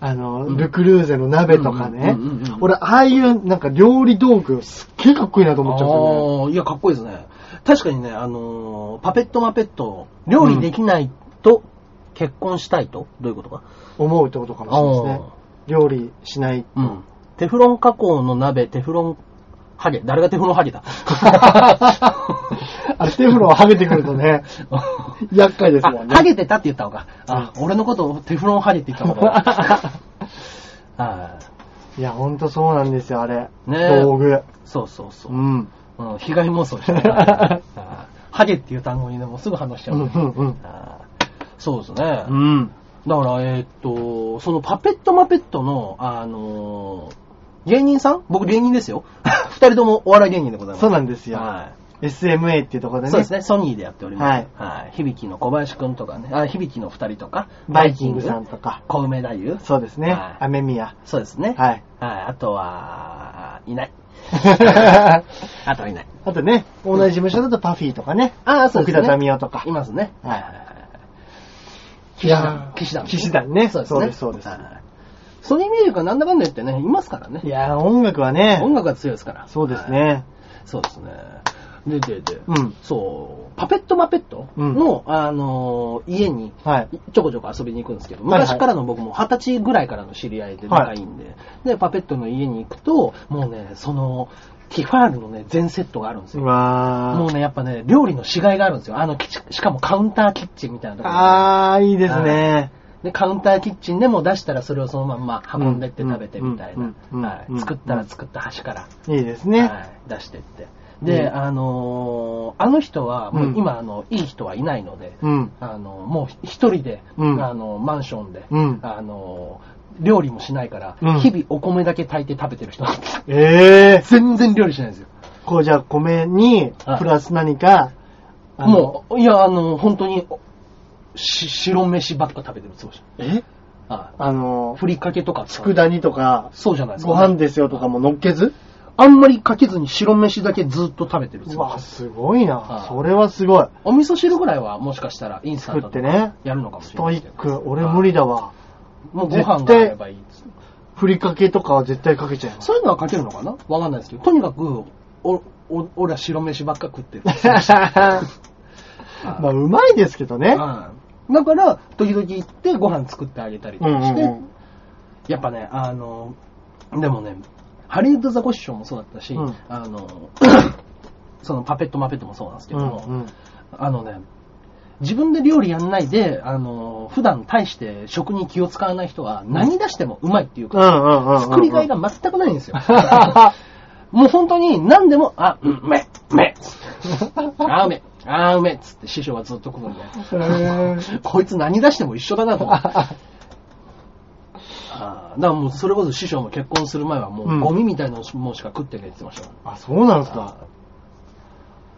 あの、
うん
ルクルーゼの鍋とかね
うんうんうんうん。
俺、ああいうなんか料理道具すっげえかっこいいなと思っちゃうんで
ああ、いや、かっこいいですね。確かにね、あのーパペットマペット、料理できないと、結婚したいとどういうことか
すよね。思うってことかもしれないですね。料理 しない。
あーうん。テフロン加工の鍋、テフロン、ハゲ。誰がテフロンハゲだ
あれ、テフロンはげてくる とね、厄介ですもんね
あ、ハ。ゲてたって言ったのか。あ、俺のことをテフロンハゲって言ったの か。はい
いや、ほんとそうなんですよ、あれ。
ねえ
道具。
そうそうそうう。
ん。
うん、被害妄想して たあーハゲっていう単語にね、もうすぐ反応しちゃう。
うんうんうん
あーそうですね。
うん。
だから、えーっと、そのパペットマペットの、あのー芸人さん僕芸人ですよ。 二人ともお笑い芸人でございます。
そう
で
なんですよ。
は
SMA っていうとこ
い。
ろで
そう
ね
です。ね。ソニーでやっております。はい。響の小林くんとかね。あ、響の二人とか。
バイキングさんとか。
小梅太夫。
そうですね。
はい
アメミヤ。
そうですね。
はい。
はい。あとは、いない。あとはいない。
あとね、同じ事務所だとパフィーとかね。
ああ、そう
奥
ですね。
田民生とか
い。ますね。
はい
はいはいはい。
い
騎士
や
団。
ー
騎士団。
騎士団ね
そうです
そう
ね。
ですそうです
はいソニーミュージックはなんだかんだ言ってね、いますからね
い。やー、音楽はね、
音楽が強いですから。
そうです
はい。
ね。
そうですね。で、で、で、
うん
そう、パペットマペットの、あのー家に、
はい。
ちょこちょこ遊びに行くんですけど、
はいはい
昔からの僕も二十歳ぐらいからの知り合いで仲いいんで、で、パペットの家に行くと、もうね、その、ティファールのね、全セットがあるんです
う
よ。
わ
も
ー。
うね、やっぱね、料理のしがいがあるんですよ。あの、キッチンしかもカウンターキッチンみたいなところで。
あー、いいですね。
で、カウンターキッチンでも出したらそれをそのまんま運んでって食べてみたい
うんうんうん
な。は
うん
い。作ったら作った端から、
いいですね
は。い、出してって。で、
うん
あのーあの人は、もう
うん
今、あの、いい人はいないので、
うん。
あのもう一人で、
うん
あのマンションで、
うん
あの料理もしないから、
うん
日々お米だけ炊いて食べてる人なんです。
えー。
全然料理しないんですよ。
こうじゃあ米に、
はい
プラス何か、あの
もう、いや、あの、本当に、し白飯ばっか食べてるつもり
え
あ
あの、
ふりかけとか。
佃煮とか、
そうじゃないですか、
ご飯ですよとかも乗っけず
あんまりかけずに白飯だけずっと食べてるつ
う
もり
わ、すごいな
は。い
それはすごい。
お味噌汁ぐらいはもしかしたらインスタント
作
で
ってね
やるのかも
ス
しれ
ト
な
イ
いけ
ッ
ど。
ク。俺無理だわ。
もうご飯
絶
が
対
あればいいです。
ふりかけとかは絶対かけちゃ います。
そういうのはかけるのかなわかんないですけど。とにかく、お、お、俺は白飯ばっか食ってる。
まあ、うまいですけどね。
うんだから、時々行ってご飯作ってあげたりと
うんう
かして、
ん
やっぱね、あの、でもね、ハリウッドザコシショウもそうだったし、
うん
あの、 そのパペットマペットもそうなんですけ
う
ど
ん
も、
うん
あのね、自分で料理やんないで、あの、普段大して食に気を使わない人は何出してもうまいっていう
うんう
か、
んうんうん。
作りがい が全くないんですよ。
あ
もう本当に何でも、あ、うんうめえ、う めえ、あーうめえ、あーうめえっつって師匠はずっと食うんで、 こいつ何出しても一緒だなと思って。あーだからもうそれこそ師匠も結婚する前はも
うん
うゴミみたいなもんしか食ってねえって言ってましたもん、
そうなんですか。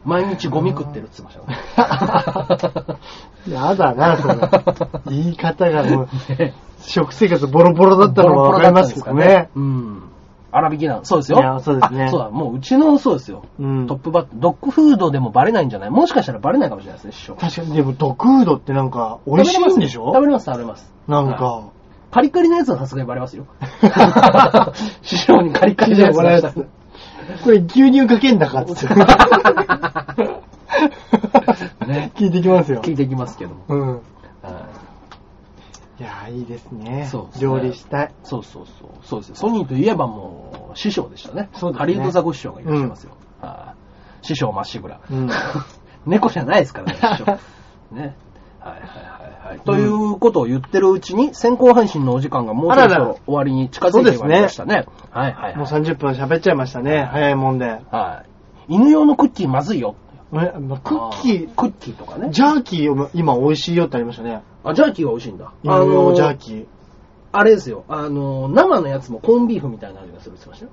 毎日ゴミ食ってるって言ってましたもん
やだな、 それ。言い方がもう、
ね
食生活ボロボロだったのはわかりますけどね。。
うん。粗引きなんそうですよ。
いやそうですね
あそうだ、もううちのそうですよ。
うん
トップバッター、ドッグフードでもバレないんじゃないもしかしたらバレないかもしれないですね、師匠。
確かに、でも、ドクードってなんか、美味しいんでしょ
食べれます、食べれます。
なん
はい
か、
カリカリのやつはさすがにバレます よ。 師匠にカリカリのやつ出したら
これ牛乳かけんだかっ つって。
ね
聞いてきますよ。
聞いてきますけども。
うん。
はい
いやー、いいですね。
そうですね
料理したい。
そうそうそう。そうですよソニーといえばもう、師匠でしたね。
そうですね
ハリウッドザコシショウがいらっしゃいますよ。はい師匠まっしぐら。
うん
猫じゃないですからね、師 匠。ね。はいはいはいはい。ということを言ってるうちに、先行配信のお時間がもうそろそ
あらら
ろ終わりに近づいてまいりましたね。はいはい
もう
はい。
30分喋っちゃいましたね。早いもんで。え
はい、犬用のクッキーまずいよ。
まあクッキ
あクッキーとか
ー、
ね。
ジャーキーを今美味しいよってありましたね。
あ、ジャーキーは美味しいんだ。
あのジャーキー。
あれですよ。あの、生のやつもコンビーフみたいな味がするって言ってましたよ。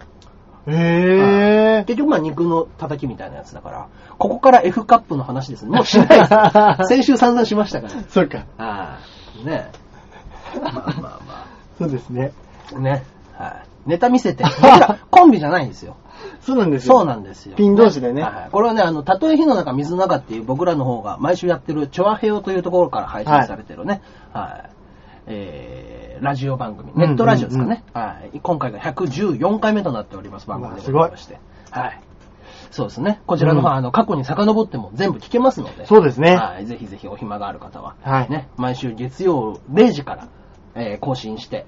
へえ。
結局まあ肉の叩きみたいなやつだから、ここから F カップの話ですね。もうしない です。先週散々しましたから。
そうか。
ああ、ねえ。まあまあ
そうですね。
まあ。ね。はい。ネタ見 せて。僕らコンビじゃないんですよ。
そうなんですよ。
そうなんですよ。
ピン同士でね
はいこれはね、あの、たとえ火の中、水の中っていう僕らの方が毎週やってるチョアヘオというところから配信されてるね。はい。えー、ラジオ番組、ネットラジオですかね。はい。今回が114回目となっております番組でございまして。はい。そうですね。こちらの方、
うん
あの、過去に遡っても全部聞けますので。
そうですね
はい。ぜひぜひお暇がある方は。
はい
ね。毎週月曜0時から、えー更新して、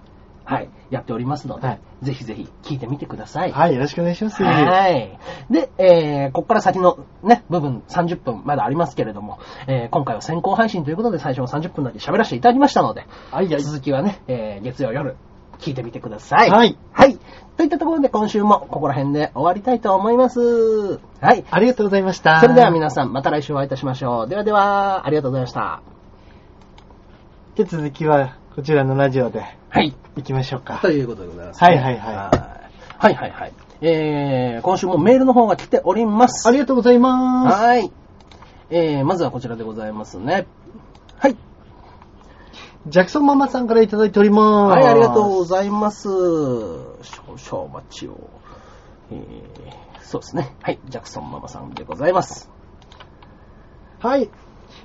はい。やっておりますので、
はい
ぜひぜひ聞いてみてください。
はい、よろしくお願いします。
はい。で、えー、ここから先のね、部分30分まだありますけれども、えー、今回は先行配信ということで最初の30分だけ喋らせていただきましたので、
はいはい
続きはね、えー、月曜夜、聞いてみてください。
はい。
はい。といったところで今週もここら辺で終わりたいと思います。はい。
ありがとうございました。
それでは皆さん、また来週お会いいたしましょう。ではでは、ありがとうございました。
で、続きは、こちらのラジオで
はい。
行きましょうか。
ということでございます、
はいはいはい
はい。はいはいはい。えー、今週もメールの方が来ております。
ありがとうございます。
はい。えー、まずはこちらでございますね。はい。
ジャクソンママさんからいただいております。
はい、ありがとうございます。少々お待ちを。えー、そうですね。はい、ジャクソンママさんでございます。
はい。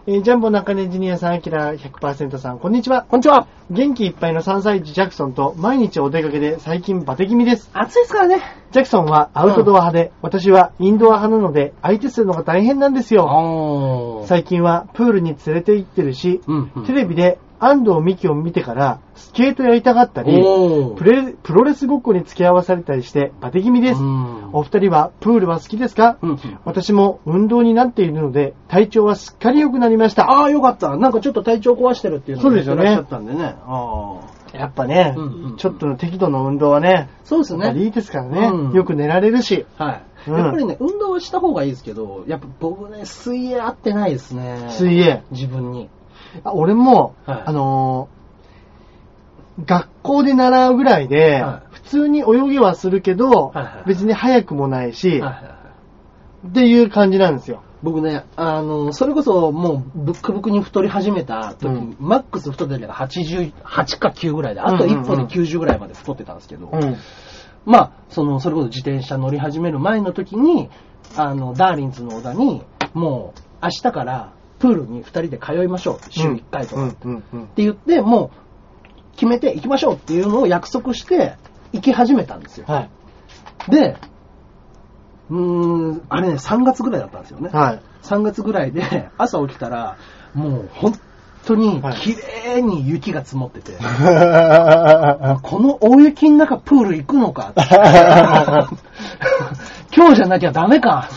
えージャンボ中根ジュニアさん、アキラ100%さん、こんにちは。
こんにちは。
元気いっぱいの3歳児ジャクソンと毎日お出かけで最近バテ気味です。
暑いですからね。
ジャクソンはアウトドア派で、私はインドア派なので相手するのが大変なんですよ。
おー。
最近はプールに連れて行ってるし、
うん、うん。
テレビで安藤美希を見てからスケートやりたがったり、
おー
プレプロレスごっこに付き合わされたりしてバテ気味です
う。ん
お二人はプールは好きですか
うんうん
私も運動になっているので体調はすっかり良くなりました。
ああ、よかった。なんかちょっと体調壊してるっていうの
そうですよね
言ってらっしゃったんでね。ああ。
やっぱね、
うんうんうん
ちょっとの適度な運動はね、
そうです
やっぱりい
ね。
いですからね、
うん
よく寝られるし、
はい。
うん
やっぱりね、運動はした方がいいですけど、やっぱ僕ね、水泳合ってないですね。
水泳。
自分に。
あ俺も、
はい
あのー学校で習うぐらいで、
は
普通に泳ぎはするけど、
はいはい
別に速くもないし、
はいはいはい
っていう感じなんですよ。
僕ね、あの、それこそもうブックブクに太り始めた時、
うん
マックス太ってたのが88か9ぐらいで、あと
うんうんうん
一歩で90ぐらいまで太ってたんですけど、
うん。
まあ、その、それこそ自転車乗り始める前の時に、あの、ダーリンズの小田に、もう明日からプールに2人で通いましょう。週1回とか。
うん
って
うんうん
言って、もう決めて行きましょうっていうのを約束して行き始めたんですよ。
はい。
で、うーん、あれね、3月ぐらいだったんですよね。
はい。
3月ぐらいで 朝起きたら、もう本当に綺麗に雪が積もってて、この大雪の中プール行くのか 今日じゃなきゃダメか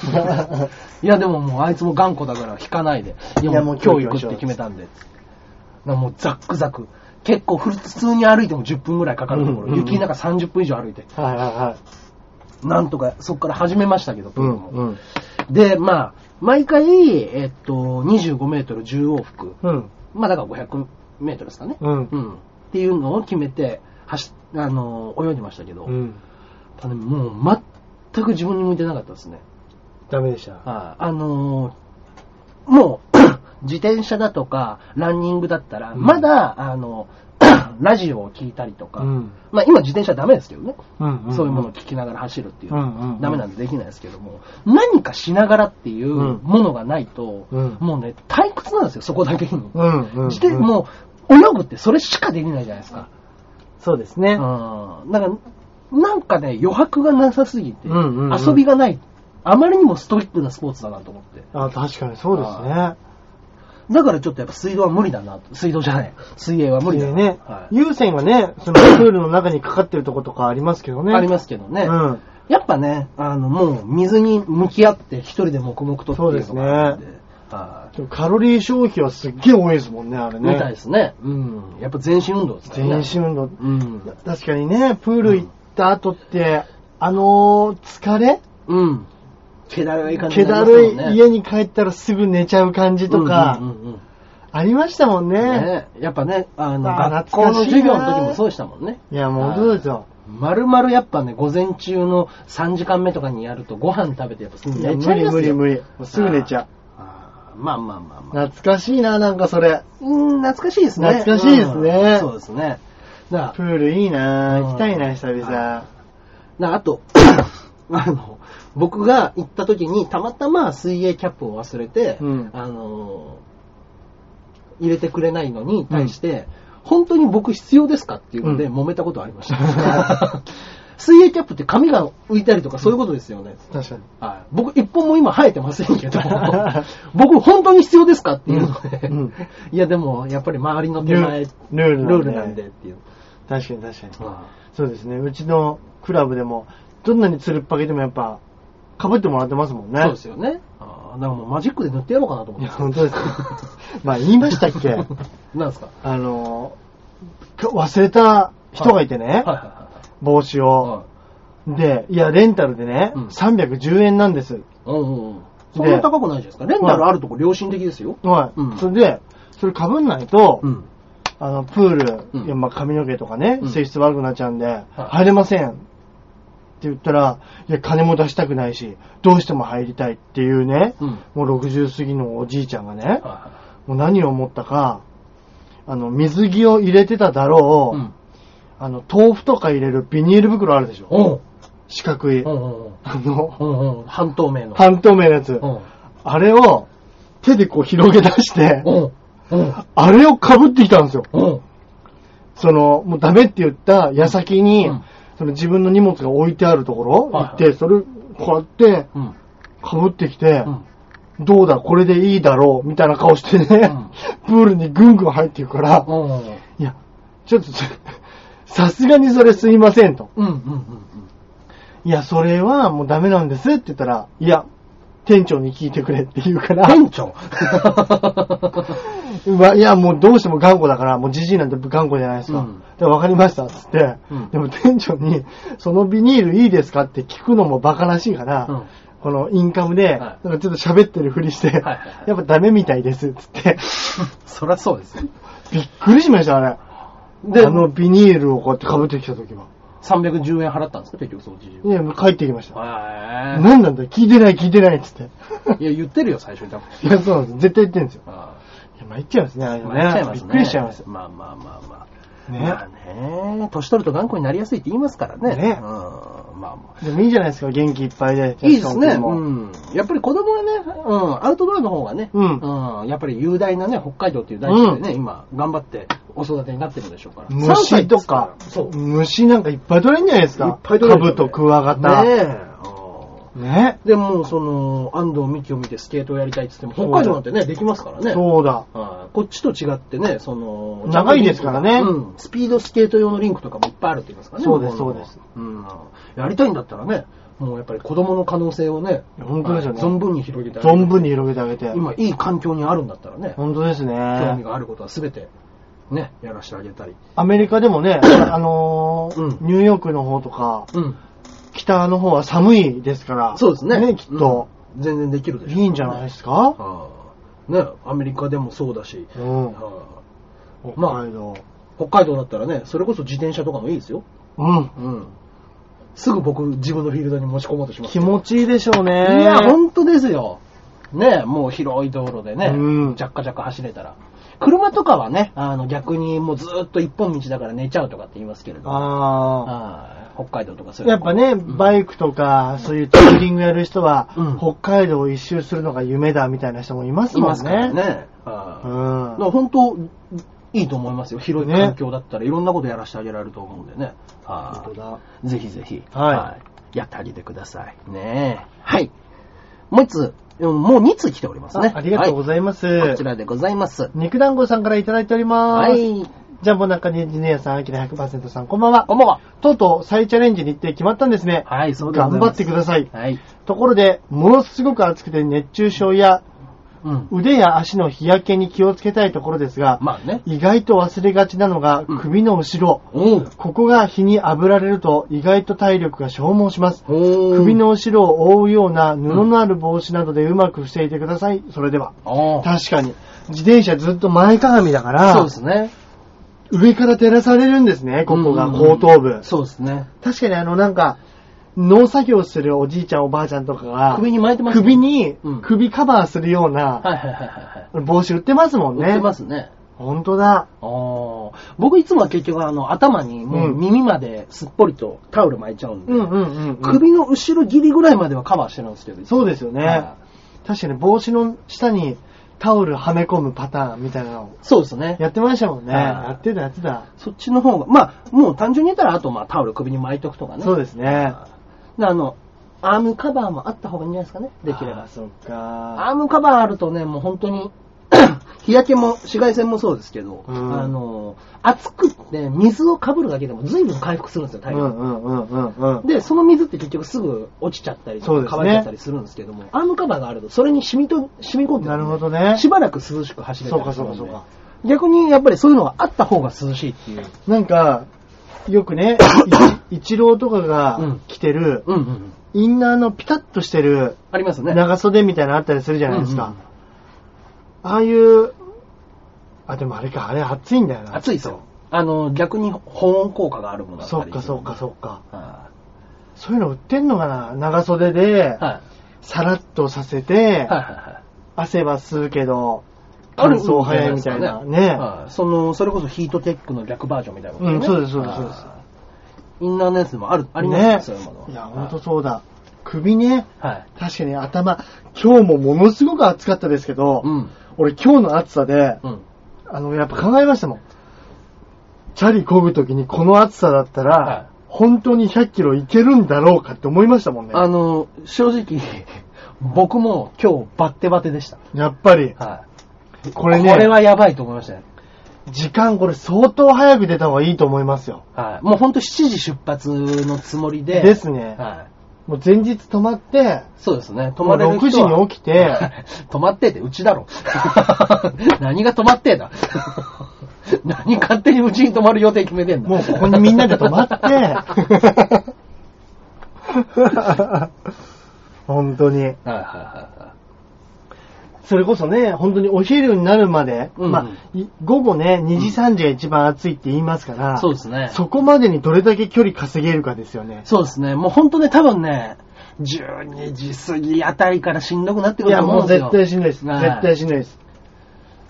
いやでももうあいつも頑固だから引かないで。い
いや
やも
もう
う
今
今
日
日行
行く
く
っ
ってて決
決め
めたんで。もうザックザク。結構普通に歩いても10分ぐらいかかるとこ
うんうん
ろ、
うん
雪の中30分以上歩いて、
はいはいはい。
なんとかそこから始めましたけど、プー
う
ル
ん
も
うん。
で、まあ、毎回、えっと、25メートル10往復、
うん。
まあだから500メートルですかね。
うん
うん。っていうのを決めて、走っあの、泳いでましたけど、
うん。
ただねもう全く自分に向いてなかったですね。
ダメでした。
はいあのーもう、 自転車だとか、ランニングだったら、
うん
まだ、あの、 ラジオを聞いたりとか、
うん
まあ今自転車ダメですけどね、
うん
そういうものを聞きながら走るっていうのは、
うんうんうん
ダメなんでできないですけども、何かしながらっていう
うん
ものがないと、
うん
もうね、退屈なんですよ、そこだけに。
うんうんうん。
自転もう、泳ぐってそれしかできないじゃないですか。
そうですね。
うん。だから、なんかね、余白がなさすぎて、
うんうんうん
遊びがない。あまりにもストイックなスポーツだなと思って。
あ、確かにそうですね。
だからちょっとやっぱ水道は無理だなと。水道じゃない。水泳は無理だ
で
な
ね、
はい
有線がね、そのプールの中にかかってるとことかありますけどね。
ありますけどね。
うん。
やっぱね、あの、もう水に向き合って一人で黙々とっていうのがあるんで。はい
でもカロリー消費はすっげえ多いですもんね、あれね。
みたいですね。うん。やっぱ全身運動ですね。
全身運動。
うん。
確かにね、プール行った後って、あのー疲れ
うん。気だるい感じ
気
になりま
だ
すも
る
んね
い家に帰ったらすぐ寝ちゃう感じとか、
うんうんうんうん
ありましたもんね。
ねやっぱね、あの、
あー
学校の
懐かし
授
い
業
な
の時もそうでしたもんね。
いや、もうそうですよ。
まるまるやっぱね、午前中の3時間目とかにやるとご飯食べてやっぱすぐ
いや
寝ち
無
ゃい
理
ますよ。
無理無理。もうすぐ寝ちゃ
あー。まあまあまあ
う。
まあ。
懐かしいな、なんかそれ。
うん、懐かしいですね。
懐かしいですね
うんそうですね。だから
プールいいな
うん
行きたいな、久
は
々。
なあと、 あの、僕が行った時にたまたま水泳キャップを忘れて、
うん
あのー入れてくれないのに対して、本当に僕必要ですかっていうので
うん
揉めたことありま した。水泳キャップって髪が浮いたりとかそういうことですよね。
確かに。
はい、僕一本も今生えてません けど、僕本当に必要ですかっていうので、
うんうん
いやでもやっぱり周りの手
ル
前、
ー
ル
ルル
ー
ー
ル
ル
な
なんん
でっ
で。
ていう。
確かに確かに。
あ
そうですね。うちのクラブでも、どんなにつるっぱげでもやっぱ、被ってもらってますもんね。
そうですよね。ああ、だからもうマジックで塗ってやろうかなと思
い
っ
や、
て。
本 当です。 まあ、言いましたっけ
なんですか
あの、か忘れた人がいてね、
はいはい
帽子
はい
を、
は
で、いや、レンタルでね、
うん
310円なんです。
い。うんうんうん。そんな高くないじゃないですか。レンタルあるとこ良心的ですよ。
はい。
うん
それで、それ被んないと、
ん。
あの、プール、
うん
いやまあ、髪の毛とかね、
うん
性質悪くなっちゃうんで、
い
入れませんって言ったら、いや、金も出したくないし、どうしても入りたいっていうね、
うん。
もう60過ぎのおじいちゃんがね、
は
もう何を思ったか、あの、水着を入れてただろ、
いうはい。うん。
あの、豆腐とか入れるビニール袋あるでしょ
おう。
四角い。
うんうんうん。
あの、
うんうん。半透明の。
半透明のやつ
う。ん。
あれを手でこう広げ出して、
うん。うん。
あれを被ってきたんですよ。
うん。
その、もうダメって言った矢先に
うん、
その自分の荷物が置いてあるところ
はい
行
はい
って、それ、こうやって
うん。
被ってきて
う、ん。
どうだ、これでいいだろう、みたいな顔してね
ん、
プールにぐんぐん入っていくから、
うん。うん。うん。
いや、ちょっと、 ちょさすがにそれすいませんと。
うん。
いや、それはもうダメなんですって言ったら、いや、店長に聞いてくれって言うから、
店長
うわいや、もうどうしても頑固だから、もうじじいなんて頑固じゃないですか。
うん
で、わかりましたっつって、
うん
でも店長に、そのビニールいいですかって聞くのもバカらしいから、
うん
このインカム
い
で、なんかちょっと喋ってるふりして、
いはいはい
やっぱダメみたいですっつ って、
そりゃそうですよ。
びっくりしました、あれ。
で、
あのビニールをこうやって被ってきた時は。
310円払ったんですか結局その時
いや、もう帰ってきました。
へ
何なんだ聞いてない聞いてないっつって。
いや、言ってるよ、最初に多分。
いや、そうなんです。絶対言ってんですよ。
あ
いや、参っちゃいますね、あ
あ
れね。
まあ言っちゃいますね。
びっくりしちゃいます。
まあまあまあまあ。
ね
まあね。年取ると頑固になりやすいって言いますからね。
ね
うん。まあまあ。
でもいいじゃないですか、元気いっぱいで。
いいですね。
ジャクソン君も
うん。やっぱり子供はね、うん、アウトドアの方がね、
うん
んやっぱり雄大なね、北海道っていう大地でね、今、頑張ってお育てになってるんでしょうから。3歳
虫とか
ですらそう。いっ
虫なんかいっぱい取れんじゃないですか。
ぱい取れる
カ
よね
ブとクワガタ。
ねえ
ね
うんでもうその、安藤美希を見てスケートをやりたいって言っても、北海道なんてね、できますからね。
そうだ。
はいこっちと違ってね、その、
長いですからね
うん。スピードスケート用のリンクとかもいっぱいあるって言いますからね。
そうです
向この
そうです。
うん。やりたいんだったらね、もうやっぱり子供の可能性をね、
いや本当ですよね
はい存分に広げてあげる
存分に広げてあげて。
今、いい環境にあるんだったらね、
本当です
興味
ね。
があることは全て、ね、やらせてあげたり。
アメリカで もね、あのー
うん
ニューヨークの方とか、
うん。
北の方は寒いですから。
そうですね。
きっと。
うん。全然できるでしょう、
いいんじゃないですか
ああね、アメリカでもそうだし、
うん。
あまあ
北海道。
北海道だったらね、それこそ自転車とかもいいですよ。
うん。
うん。すぐ僕、自分のフィールドに持ち込もうとします
気
よ。
持ちいいでしょうね。
いや、本当ですよ。ねもう広い道路でね、
うん
ジャッカジャッカ走れたら。車とかはね、あの逆にもうずーっと一本道だから寝ちゃうとかって言いますけれど、
ああ。
あー北海道とかそういう
やっ
とこ
ぱね、
うん
バイクとか、そういうツーリングやる人は、
うん
北海道を一周するのが夢だみたいな人もいます
い
も
ま
ん
すから
ね。
ね。
う
あーだ
ん
から本当、いいと思いますよ。広い環境だったらいろんなことやらせてあげられると思うんでね。あー
本当だ
ぜひぜひ、
はい
やってあげてください。ねえはい。もう一つ、うんもう2つ来ておりますね。
ありがとうございます。
はいこちらでございます。
肉団子さんからいただいておりま
は
す。
い。
ジャンボ中根エンジニアさん、アキラ100%さん、こんばんは
こ。んばんは。
とうとう再チャレンジに行って決まったんですね。
はい、そうでござ
頑
い
張
ま
っ
す
てください。
はい。
ところで、ものすごく暑くて熱中症や
うん。
腕や足の日焼けに気をつけたいところですが、
まあね。
意外と忘れがちなのが
うん
首の後ろ。
おう。
ここが日に炙られると意外と体力が消耗します。
お
首。の後ろを覆うような布のある帽子などでうまく防いでください。それでは。
ああ。
確かに。自転車ずっと前かがみだから、
そうですね。
上から照らされるんですね、ここが
うん
後頭部。
そうですね。
確かにあのなんか、農作業するおじいちゃんおばあちゃんとかが、
首に巻いてます
首。に
うん
首カバーするような
はいはいはいはい
帽子売ってますもん
はい。売
ね。
ってますね。
本当だ。
ああ。僕いつもは結局あの頭にもう耳まですっぽりとタオル巻いちゃうんで
う。んうんうんうん。
首の後ろギリぐらいまではカバーしてるんですけど。
そうですよね、
は
確かに帽子の下にタオルはめ込むパターンみたいなのを
いそうですね。
やってましたもんね。
はい
やってたやってた。
そっちの方が、まあ、もう単純に言ったら、あとまあタオル首に巻いとくとかね。
そうですね。
であの、アームカバーもあった方がいいんじゃないですかね。できれ
あー
ば。
そっか。
アームカバーあるとね、もう本当に、 日焼けも紫外線もそうですけど、
うん
あの、暑くって水をかぶるだけでも随分回復するんですよ、
う
体
ん
力。
うんうんうんうん。
で、その水って結局すぐ落ちちゃったりと
そう
か、
ですね
乾いちゃったりするんですけども、アームカバーがあると、それに染みと、染み込んで、
なるほどね
しばらく涼しく走れたりするんで
そうかそうかそうか
逆にやっぱりそういうのがあった方が涼しいっていう。
なんか、よ くね、い一郎とかが着てる、
うんうん。
インナーのピタッとしてる
ありますね。
長袖みたいなのあったりするじゃないですか。
うんうん
ああいう、あ、でもあれか、あれ暑いんだよな。
暑いですよ。あの、逆に保温効果があるものだった
そ
り
っかそっかそっか。
は
そういうの売ってんのかな長袖で
い。、はい。
さらっとさせて、
はいはいはい。
汗は吸うけど、乾燥早いみたいな。ね。
はいその、それこそヒートテックの逆バージョンみたいなことね。
うんそうですそうですそうです
はいインナーのやつでもある、ありますね、そう
ね
いうもの。
いや、ほんとそうだ。首ね、
はい。
確かに頭、今日もものすごく暑かったですけど、
うん。
俺今日の暑さで、
うん。
あの、やっぱ考えましたもん。チャリ漕ぐときにこの暑さだったら、
はい
本当に100キロいけるんだろうかって思いましたもんね。
あの、正直、僕も今日バッテバテでした。
やっぱり、
は
こ
い。
れね、
これはやばいと思いましたね。
時間これ相当早く出た方がいいと思いますよ。
はい。もうほんと7時出発のつもりで。
ですね
はい。
もう前日泊まって、
そうですね。泊
も
ま
う
れる人
6時
は
に起きて、
泊まってて、うちだろ。 何が泊まってんだ。 何勝手にうちに泊まる予定決めてんだ。
もうここにみんなで泊 まって、 本当に。
はいはいはいはい。
それこそね、本当にお昼になるまで、
うん
まあ、い午後ね、2時3時が一番暑いって言いますから、
そうですね。
そこまでにどれだけ距離稼げるかですよね。
そうですね。もう本当ね、多分ね、12時過ぎあたりからしんどくなって
い
くる
や、
と思
も
うん
う
ですよ。
絶対しんどいです。
はい
絶対しんどいです。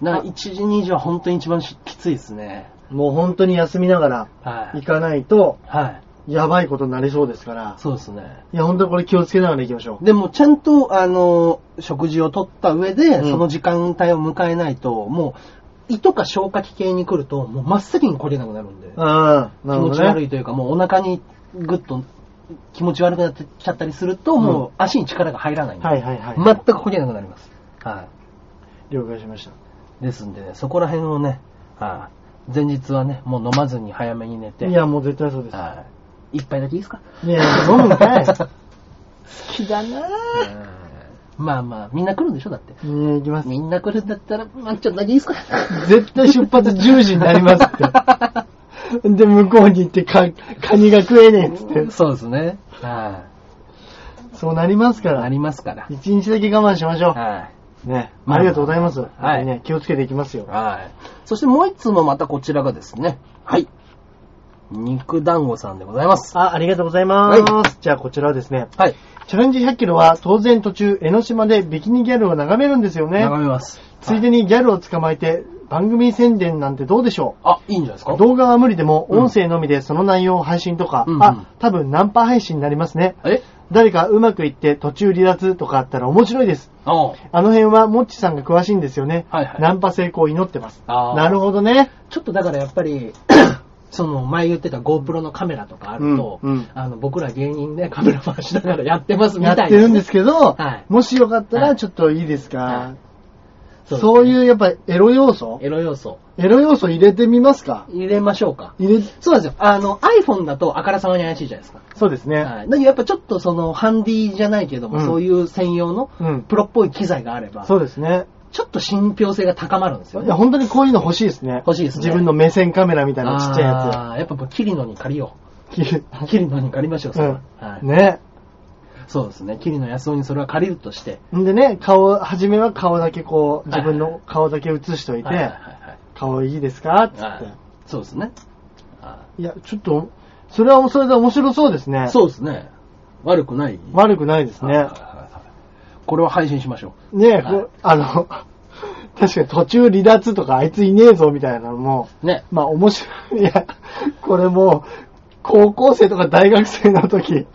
な1時、2時は本当に一番しきついですね。
もう本当に休みながら
はい。
行かないと、
はい。
やばいことになりそうですから、
そうですね。
いや、本当にこれ気をつけながら行きましょう。
でもちゃんと、あの、食事をとった上で、
うん
その時間帯を迎えないと、もう、胃とか消化器系に来ると、もう真っ先に来れなくなるんで、
うん、な
気
るほ
持
ど
ち悪
ね。
いというか、もうお腹にぐっと気持ち悪くなってきちゃったりすると、もう足に力が入らないんで、
はいはいはい。
全く来れなくなります。はい。
了解しました。
ですんでね、そこら辺をね、はい前日はね、もう飲まずに早めに寝て、
いや、もう絶対そうです。
はい一杯だけいい ですか
いや、飲むんかい。ね
気だなまあまあ、みんな来るんでしょだって。
行きます。
みんな来るんだったら、まあちょっとだけいいですか
絶対出発10時に なりますって。で、向こうに行ってカカニが食えねえっつって。
そうですね。は
そうなります
い。
か
あ
ら。
りますから。
一日だけ我慢しましょ
は
う。ね。
まあ
ありがとうございます。
はい
本当にね、気をつけていきます
い。
よ。
はい。そしてもう一つもまたこちらがですね、はい。肉団子さんでございます。
あ、ありがとうございます。
は
じゃあ、こちらはですね。
はい。
チャレンジ100キロは当然途中、江ノ島でビキニギャルを眺めるんですよね。
眺めます。
ついでにギャルを捕まえて番組宣伝なんてどうでしょう
あ、いいんじゃないですか
動画は無理でも、
うん
音声のみでその内容を配信とか、
うんうん
あ、多分ナンパ配信になりますね。
え
誰かうまくいって途中離脱とかあったら面白いです。
ああ。
あの辺はモッチさんが詳しいんですよね。
はいはい
ナンパ成功を祈ってます。
あー
なるほどね。
ちょっとだからやっぱり、 その前言ってた GoPro のカメラとかあると、
うんうん
あの僕ら芸人でカメラ回しながらやってますみ
や
た
っ
いな。
てるんですけど、
はい
もしよかった
はい
らちょっといいですか、
はい
そう
そう
いうやっぱエロ要素
エロ要素。
エロ要素入れてみますか
入れましょうか。
入れ、
そうなんですよ。あの iPhone だとあからさまに怪しいじゃないですか。
そうですね。
はい。だけどやっぱちょっとそのハンディじゃないけども、
うん
そういう専用の
うん。
プロっぽい機材があれば、
そうですね。
ちょっと信憑性が高まるんですよ
い
ね。
や、本当にこういうの欲しいですね。
欲しいですね
自分の目線カメラみたいなちっちゃ
あーやっぱもうキリノに借りよ
いやつ。
う。キリノに借りましょう、それは。はい。
ね。
そうですね。キリノ安男にそれは借りるとして。
んでね、顔、初めは顔だけこう、
はい
自分の顔だけ映しとい
はいはい
て
は、
顔いいですかつ
いはい
っ
はいそうですね。あ
て。いや、ちょっと、それはそれで面白そうですね
ー。そうですね。悪くない
悪くないです
はいはい
ね
はい。はいこれは配信しましょ
ね
はい
こうあの、 確かに途中離脱とかあいついねえぞみたいなのも、
う。ね。
まあ面白い。いや、これもう、高校生とか大学生の時、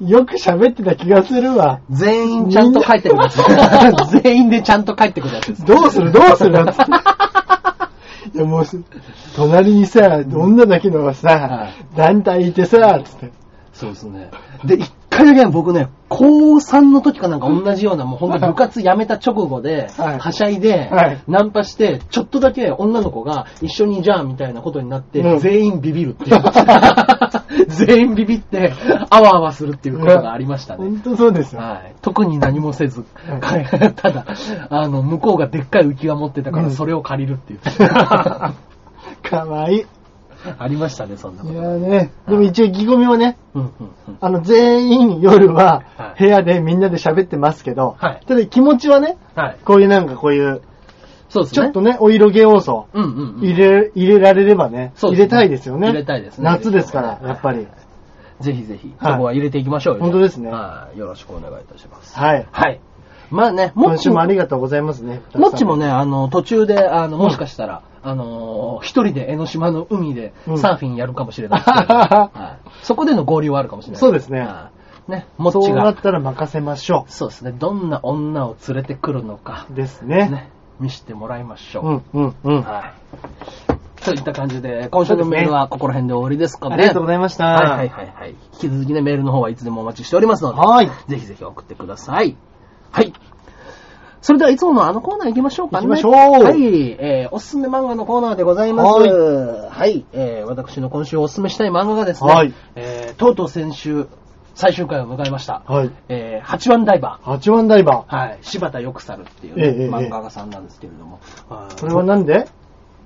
よく喋ってた気がするわ。
全員ちゃんと帰ってくるやつ。 全員でちゃんと帰ってくるやつです。
どうするど うするっつって。いやもうす、隣にさ、女だけのが
は
さ、団体いてさ、つって。
そうですね。で、一回だけね僕ね、高3の時かなんか同じような、もう本当に部活辞めた直後で、
はい
はしゃいで
はい、
ナンパして、ちょっとだけ女の子が一緒にじゃあみたいなことになって、
うん
全員ビビるって いう。全員ビビって、あわあわするっていうことがありましたね。
本当そうですよ。
はい、特に何もせず、
は
ただ、あの、向こうがでっかい浮き輪持ってたか
う
ら、
ん
それを借りるっ ていう。
かわいい。
ありましたね、そんないこ
や
と。
ね、でも一応意気込みはね、
うんうんうん
あの、全員夜
は
はい部屋でみんなで喋ってますけど、
はい
ただ気持ちはね、
はい。
こういうなんかこういう、
そうです
ち
ね。
ょっとね、お色気要素、
うんうんうん
入れ、入れられればね、
そう
入
ですね
れたいですよね。
入れたいですね
夏ですから
は、い
やっぱり。
ぜひぜひ、
はい
そこは入れていきましょうよ。
本当ですね
はい。よろしくお願いいたします。
はい。
はい。まあね、もっ
今
ち
週もあ
も、
りがとうございますね。
もっちも
ね。
ね、あの、途中で、あの、もしかしたら、あのー、一人で江ノ島の海で
うん
サーフィンやるかもしれないですけ ど、はいそこでの合流はあるかもしれない。
そうですね
はいね、もっ
そ
ち
うな
が
っ、たら任せましょ
そうですね、どんな女を連れてくるのか、
う。ですね。
ね、見せてもらいましょう。
うん、うん、うん。あ
はい。といった感じで、今週のメールはここら辺で終わりですかね。
りがとうございました。
はいはいはいはい。引き続きね、メールの方はいつでもお待ちしておりますので、
はい
ぜひぜひ送ってください。はい。それではいつものあのコーナー行きましょうかね。
行きましょう
はい。えー、おすすめ漫画のコーナーでございます。
はい
はい。えー、私の今週おすすめしたい漫画がですね、
はい
えー、とうとう先週、最終回を迎えました。
はい。
えー、八番ダイバー。
八番ダイバ
はい。柴田よくさるっていう、ね
ええええ
漫画家さんなんですけれども。あー
ー。これはなんで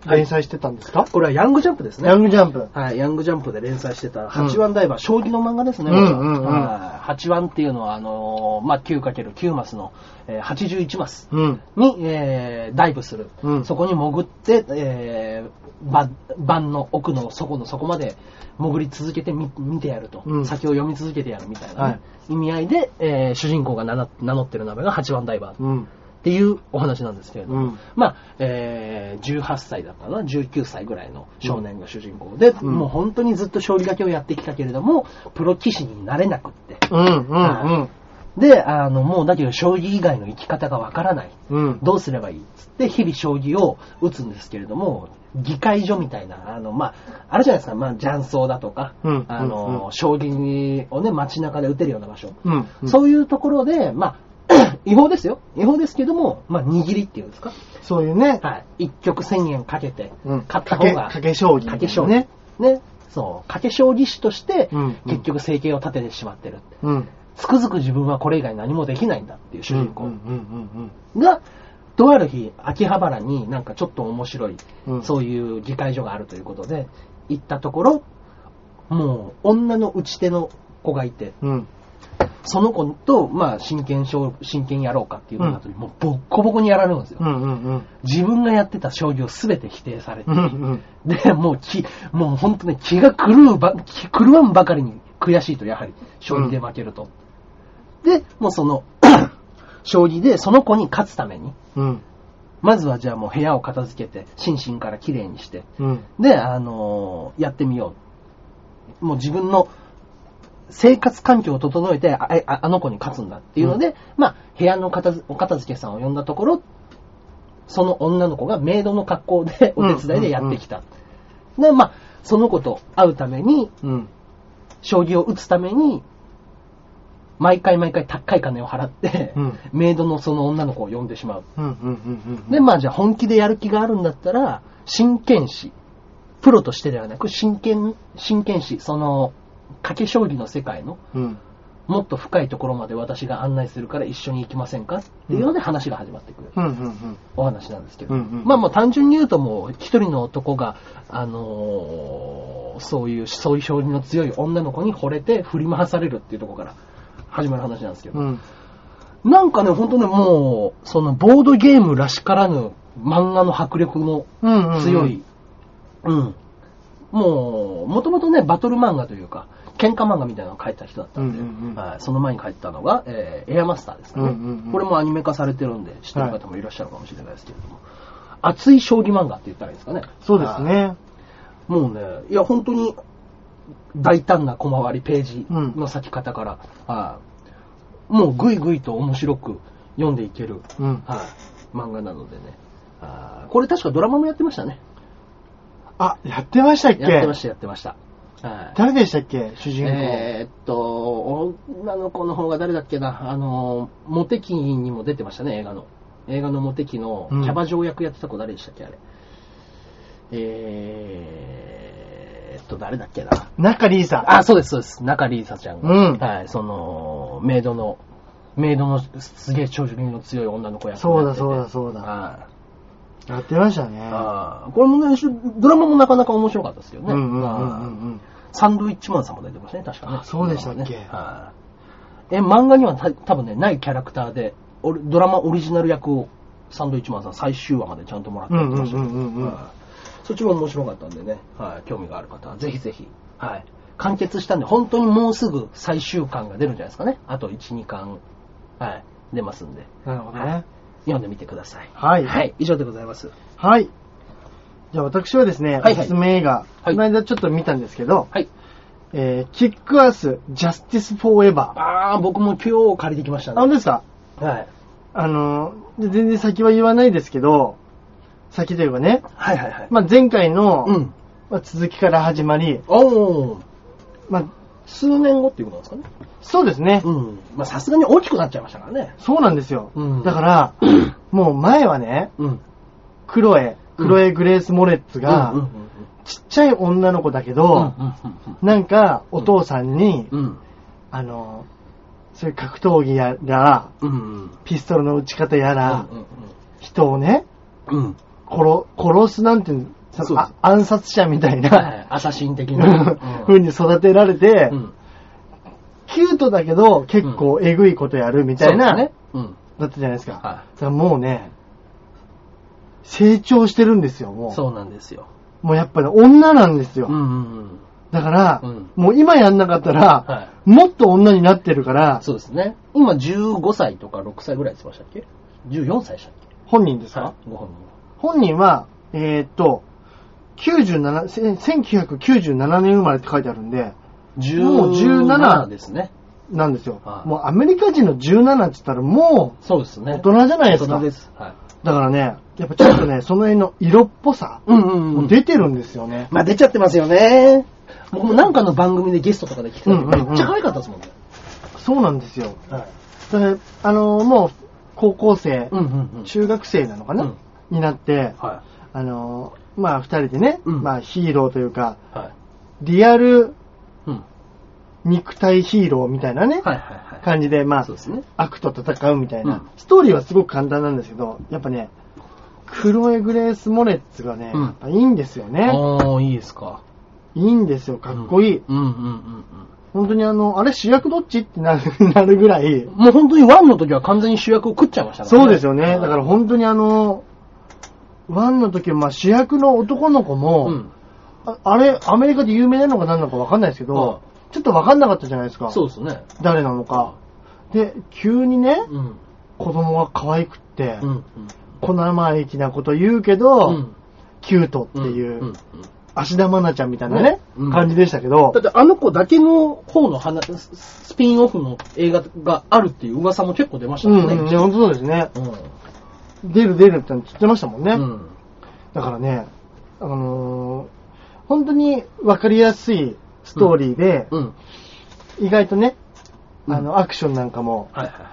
連載してたんですか
これはヤングジャンプですね。
ヤングジャンプ。
はい、ヤングジャンプで連載してた、八番ダイバー、将棋の漫画ですね。
うんうんうん
はい八番っていうのは、あのーまあ、9×9 マスの、えー、81マス
うん。
に、えーダイブする。
うん
そこに潜って、えー、ば盤の奥の底の底まで潜り続けてみ見てやると、
うん
先を読み続けてやるみたいなね、
はい
意味合いで、えー主人公が名な名乗ってる名前が八番ダイバー。
うん。
っていうお話なんですけれども、
うん
まあ、えー、18歳だったかな、19歳ぐらいの少年が主人公で、
ん
もう本当にずっと将棋だけをやってきたけれども、プロ棋士になれなくって。
うん、うん、
で、あの、もうだけど将棋以外の生き方がわからない。
うん。うん。
どうすればいいっつって、日々将棋を打つんですけれども、議会所みたいな、あの、まあ、あるじゃないですか、まあ、雀荘だとか、
うん
あ
うんう
の、
ん
将棋をね、街中で打てるような場所。
うん。
そういうところで、まあ、 違法ですよ。違法ですけども、まあ、握りっていうんですか。
そういうね。
はい。一局千円かけて
うん、
勝った方が、
賭け賭け将棋
賭け将棋。
ね
ね。そう。賭け将棋士として
うんうん、
結局生計を立ててしまってる。
うん。
つくづく自分はこれ以外何もできないんだっていう主人公
うん、うん、うん、
が、とある日、秋葉原になんかちょっと面白い、
うん
そういう議会所があるということで、行ったところ、もう女の打ち手の子がいて、
うん。うん。
その子と、まあ、真剣勝、真剣やろうかっていうのになった時、もうボッコボコにやられるんですよ。
うん、うん、うん。
自分がやってた将棋を全て否定されて
う、ん、
で、もう気、もう本当ね、気が狂うば、気狂わんばかりに悔しいと、やはり、将棋で負けると。で、もうその、 将棋でその子に勝つために、
うん。
まずはじゃあもう部屋を片付けて、心身から綺麗にして、
うん。
で、あのーやってみよう。もう自分の生活環境を整えて、あああの子に勝つんだっていうので、まあ、部屋の片づお片付けさんを呼んだところ、その女の子がメイドの格好で、お手伝いでやってきた。で、まあ、その子と会うために、
うん。
将棋を打つために、毎回毎回高い金を払って、
うん
メイドのその女の子を呼んでしまう。
うん、うん、うん、うん。
で、まあじゃあ本気でやる気があるんだったら、真剣士。プロとしてではなく、真剣、真剣士。その、賭け将棋の世界の、
うん。
もっと深いところまで私が案内するから一緒に行きませんかっていうので話が始まってくる
うん、うん、
お話なんですけど。
うんうん
まあもう単純に言うともう、一人の男が、あのーそういう、そういう将棋の強い女の子に惚れて振り回されるっていうところから始まる話なんですけど。
うん。うん。
なんかね、ほんとね、もう、そのボードゲームらしからぬ漫画の迫力の
うん、うん。
強い。。うん。もう、もともとね、バトル漫画というか、喧嘩漫画みたいなのを描いた人だったんで、
うんうんうん
はいその前に描いたのが、えーエアマスターですかね、
うんうんうん
これもアニメ化されてるんで、知ってる方もいらっしゃるかもしれないですけれども、熱い将棋漫画って言ったらいいですかね。
そうです
はい。
ね。
もうね、いや、本当に、大胆な小回りページの咲き方から、はいもうぐいぐいと面白く読んでいける、
うん。
はい漫画なのでね。あーこれ確かドラマもやってましたね。
あ、やってましたっけ
やってました、やってました。はい
誰でしたっけ主人公。
えーっと、女の子の方が誰だっけな、あの、モテキにも出てましたね、映画の。映画のモテキのキ
うん
ャバ嬢役やってた子誰でしたっけ、あれ。えーっと、誰だっけな。
中リーサ。
あ、そうです、そうです。中里依紗ちゃんが。
うん
はい、その、メイドの、メイドのすげえ長寿の強い女の子役
そうだ
やってて
そうだそうだ
はい
やってましたね。
あーこれもね、ドラマもなかなか面白かったですけど
う
ね。
んうんうんう
はい
んうん。
サンドウィッチマンさんも出てましたね、確かね。
あそうでしたっ
ド
け
ラマねはいえ、漫画にはた多分ね、ないキャラクターで、オリドラマオリジナル役をサンドウィッチマンさん最終話までちゃんともらってやってましたけど
うんうんうんうんうん
はいそっちも面白かったんでね、はい興味がある方はぜひぜひ、はい完結したんで、本当にもうすぐ最終巻が出るんじゃないですかね。あと1、2巻、はい、出ますんで、
なるほどね。
読んでみてください。
はい
はい、以上でございます。
はい。じゃあ私はですね、
はいはい
おすすめ映画、
はい
この間ちょっと見たんですけど、
はい。
えー、キックアース、ジャスティス・フォーエバー。
あー、僕も今日借りてきました
あ、
ね。
本当ですか
はい。
あのー、で全然先は言わないですけど、先というかね、
はいはいはい。
まあ、前回の、
うん。
まあ、続きから始まり、
おー。
まあ、
数年後っていうことなんですかね。
そうですね。
ん。まあさすがに大きくなっちゃいましたからね。
そうなんですよ。
うん
だから、もう前はね、
うん。
クロエ、クロエ・グレース・モレッツが、
うん
ちっちゃい女の子だけ
うん
ど、なんか、お父さんに、
うんうん。うん。
あの、そういう格闘技やら、
うん。
ピストルの撃ち方やら、
うん
人をね、
うん。うん。
殺、殺すなんて、そ
そうです
あ暗殺者みたい
は
な、
い。アサシン 的な。
風に育てられて、
うん。
キュートだけど、結構えぐいことやるみ
み
たいな、
ね。うん。
だったじゃないですか。
は
それもうね、成長してるんですよ、も
い。
う。
そうなんですよ。
もうやっぱり女なんですよ。
うんうんうん。
だから、
うん
もう今やんなかったら、
は
もっと女になってるから、
そうですね。今15歳とか6歳ぐらいって言ってましたっけ ?14 歳でしたっ
本人で
け
すか、
はいご本人
本人は、えーっと、97せ1997年生まれって書いてあるんで、
は。
もう17
ですね。
なんですよ。
はい
もうアメリカ人の17って言ったらも
そうです
う
ね。
大人じゃないです
大
か。
人です。はい。
だからね、やっぱちょっと ね、その辺の色っぽさ、
うんうん
もう出てるんですよね。
まあ出ちゃってますよね。僕もなんかの番組でゲストとかで聞く
うんうんう
の
ん
めっちゃ可愛かったですもんね。
そうなんですよ。
はい。
だから、あのーもう、高校生、
うんうんうん。
中学生なのかな、
うん
になって、
は
あのーまあ、二人でね、
うん
まあ、ヒーローというか、
い。はい。
リアル
うん。は
肉体ヒーローみたいなね、
いはいはい。
感じで、まあ
そう、ですね。
悪と戦うみたいな、
うん
ストーリーはすごく簡単なんですけど、やっぱね、クロエ・グレース・モレッツがね、
うん
やっぱいいんですよね。
ああ、いいですか。
いいんですよ、かっこいい。
うんうんうん
本当にあの、あれ主役どっちってなる なるぐらい
うん。、もう本当にワンの時は完全に主役を食っちゃいましたから、
そうですよね。だからら本当にあの、ワンの時はまあ主役の男の子も、
うん。
ああれ、アメリカで有名なのか何なのかわかんないですけど、ちょっとわかんなかったじゃないですか。
そうですね。
誰なのか。で、急にね、
うん。
子供が可愛くって、
うんうん。
小生意気なこと言うけど、
うん
キュートっていう、
んんん
芦田愛菜ちゃんみたいなね、
うん
感じでしたけど
だ、ってあの子だけの方の話、ススピンオフの映画があるっていう噂も結構出ました
う
も
ん、
ん
う
ね。
ん、いや本当そうですね。
うん。
出る出るって言ってましたもんね。
うん。
だからね、あのー本当にわかりやすいストーリーで、
うん。
意外とね、
うん
あの、アクションなんかも、
はいはいは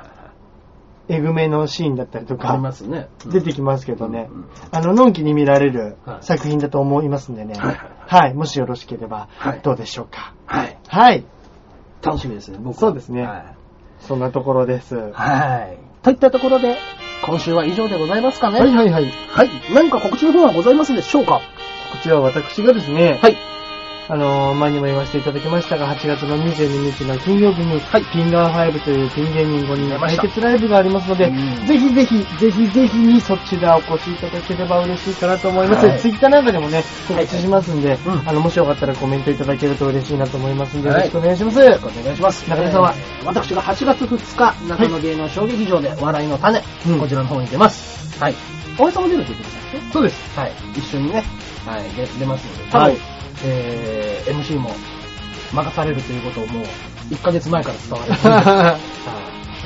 えぐめのシーンだったりと
い。あり
か、
ますね。うん
出てきますけどね
うんうん、
あの、のんきに見られる
はい
作品だと思いますんでね、
はい
はい、もしよろしければ
はい、
どうでしょうか。
はい。
はい、
楽しみですね、僕は
そうですね
はい
そんなところです。は
はい。といったところで、今週は以上でございますかね。
いはいはい。
はい。何か告知の方はございますでしょうか
こちらは私がですね、
はい。
あのー前にも言わせていただきましたが、8月の22日の金曜日に、
はい
ピンガー5というピン芸人5人
出
の
まし
対
た
決ライブがありますので
うん、
ぜひぜひ、ぜひぜひにそちらお越しいただければ嬉しいかなと思います。
はい
ツイッターなんかでもね、
はい
告知しますんで、
うん
あの、もしよかったらコメントいただけると嬉しいなと思いますんで、よ
はい
ろしくお願いします。
お願いします。
中根さんは
えー私が8月2日、中野芸能小劇場で、笑いの種、
うん
こちらの方に出ます。はい。おへさんも出るって言ってましたっ
そうです。
けはい。一緒にね、はい、で出ますので、
はい
えー、MC も任されるということをもう、1ヶ月前から伝われて るんで、はい
は
こ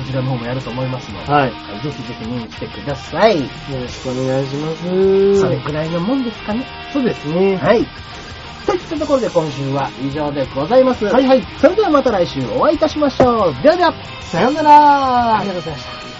ちらの方もやると思いますので、
はい
いぜひぜひ見に来てください。
い。よろしくお願いします。
それくらいのもんですかね。
そうですね。
はい。といったところで今週は以上でございます。
はいはい。
それではまた来週お会いいたしましょう。ではでは、
さようなら
ありがとうございました。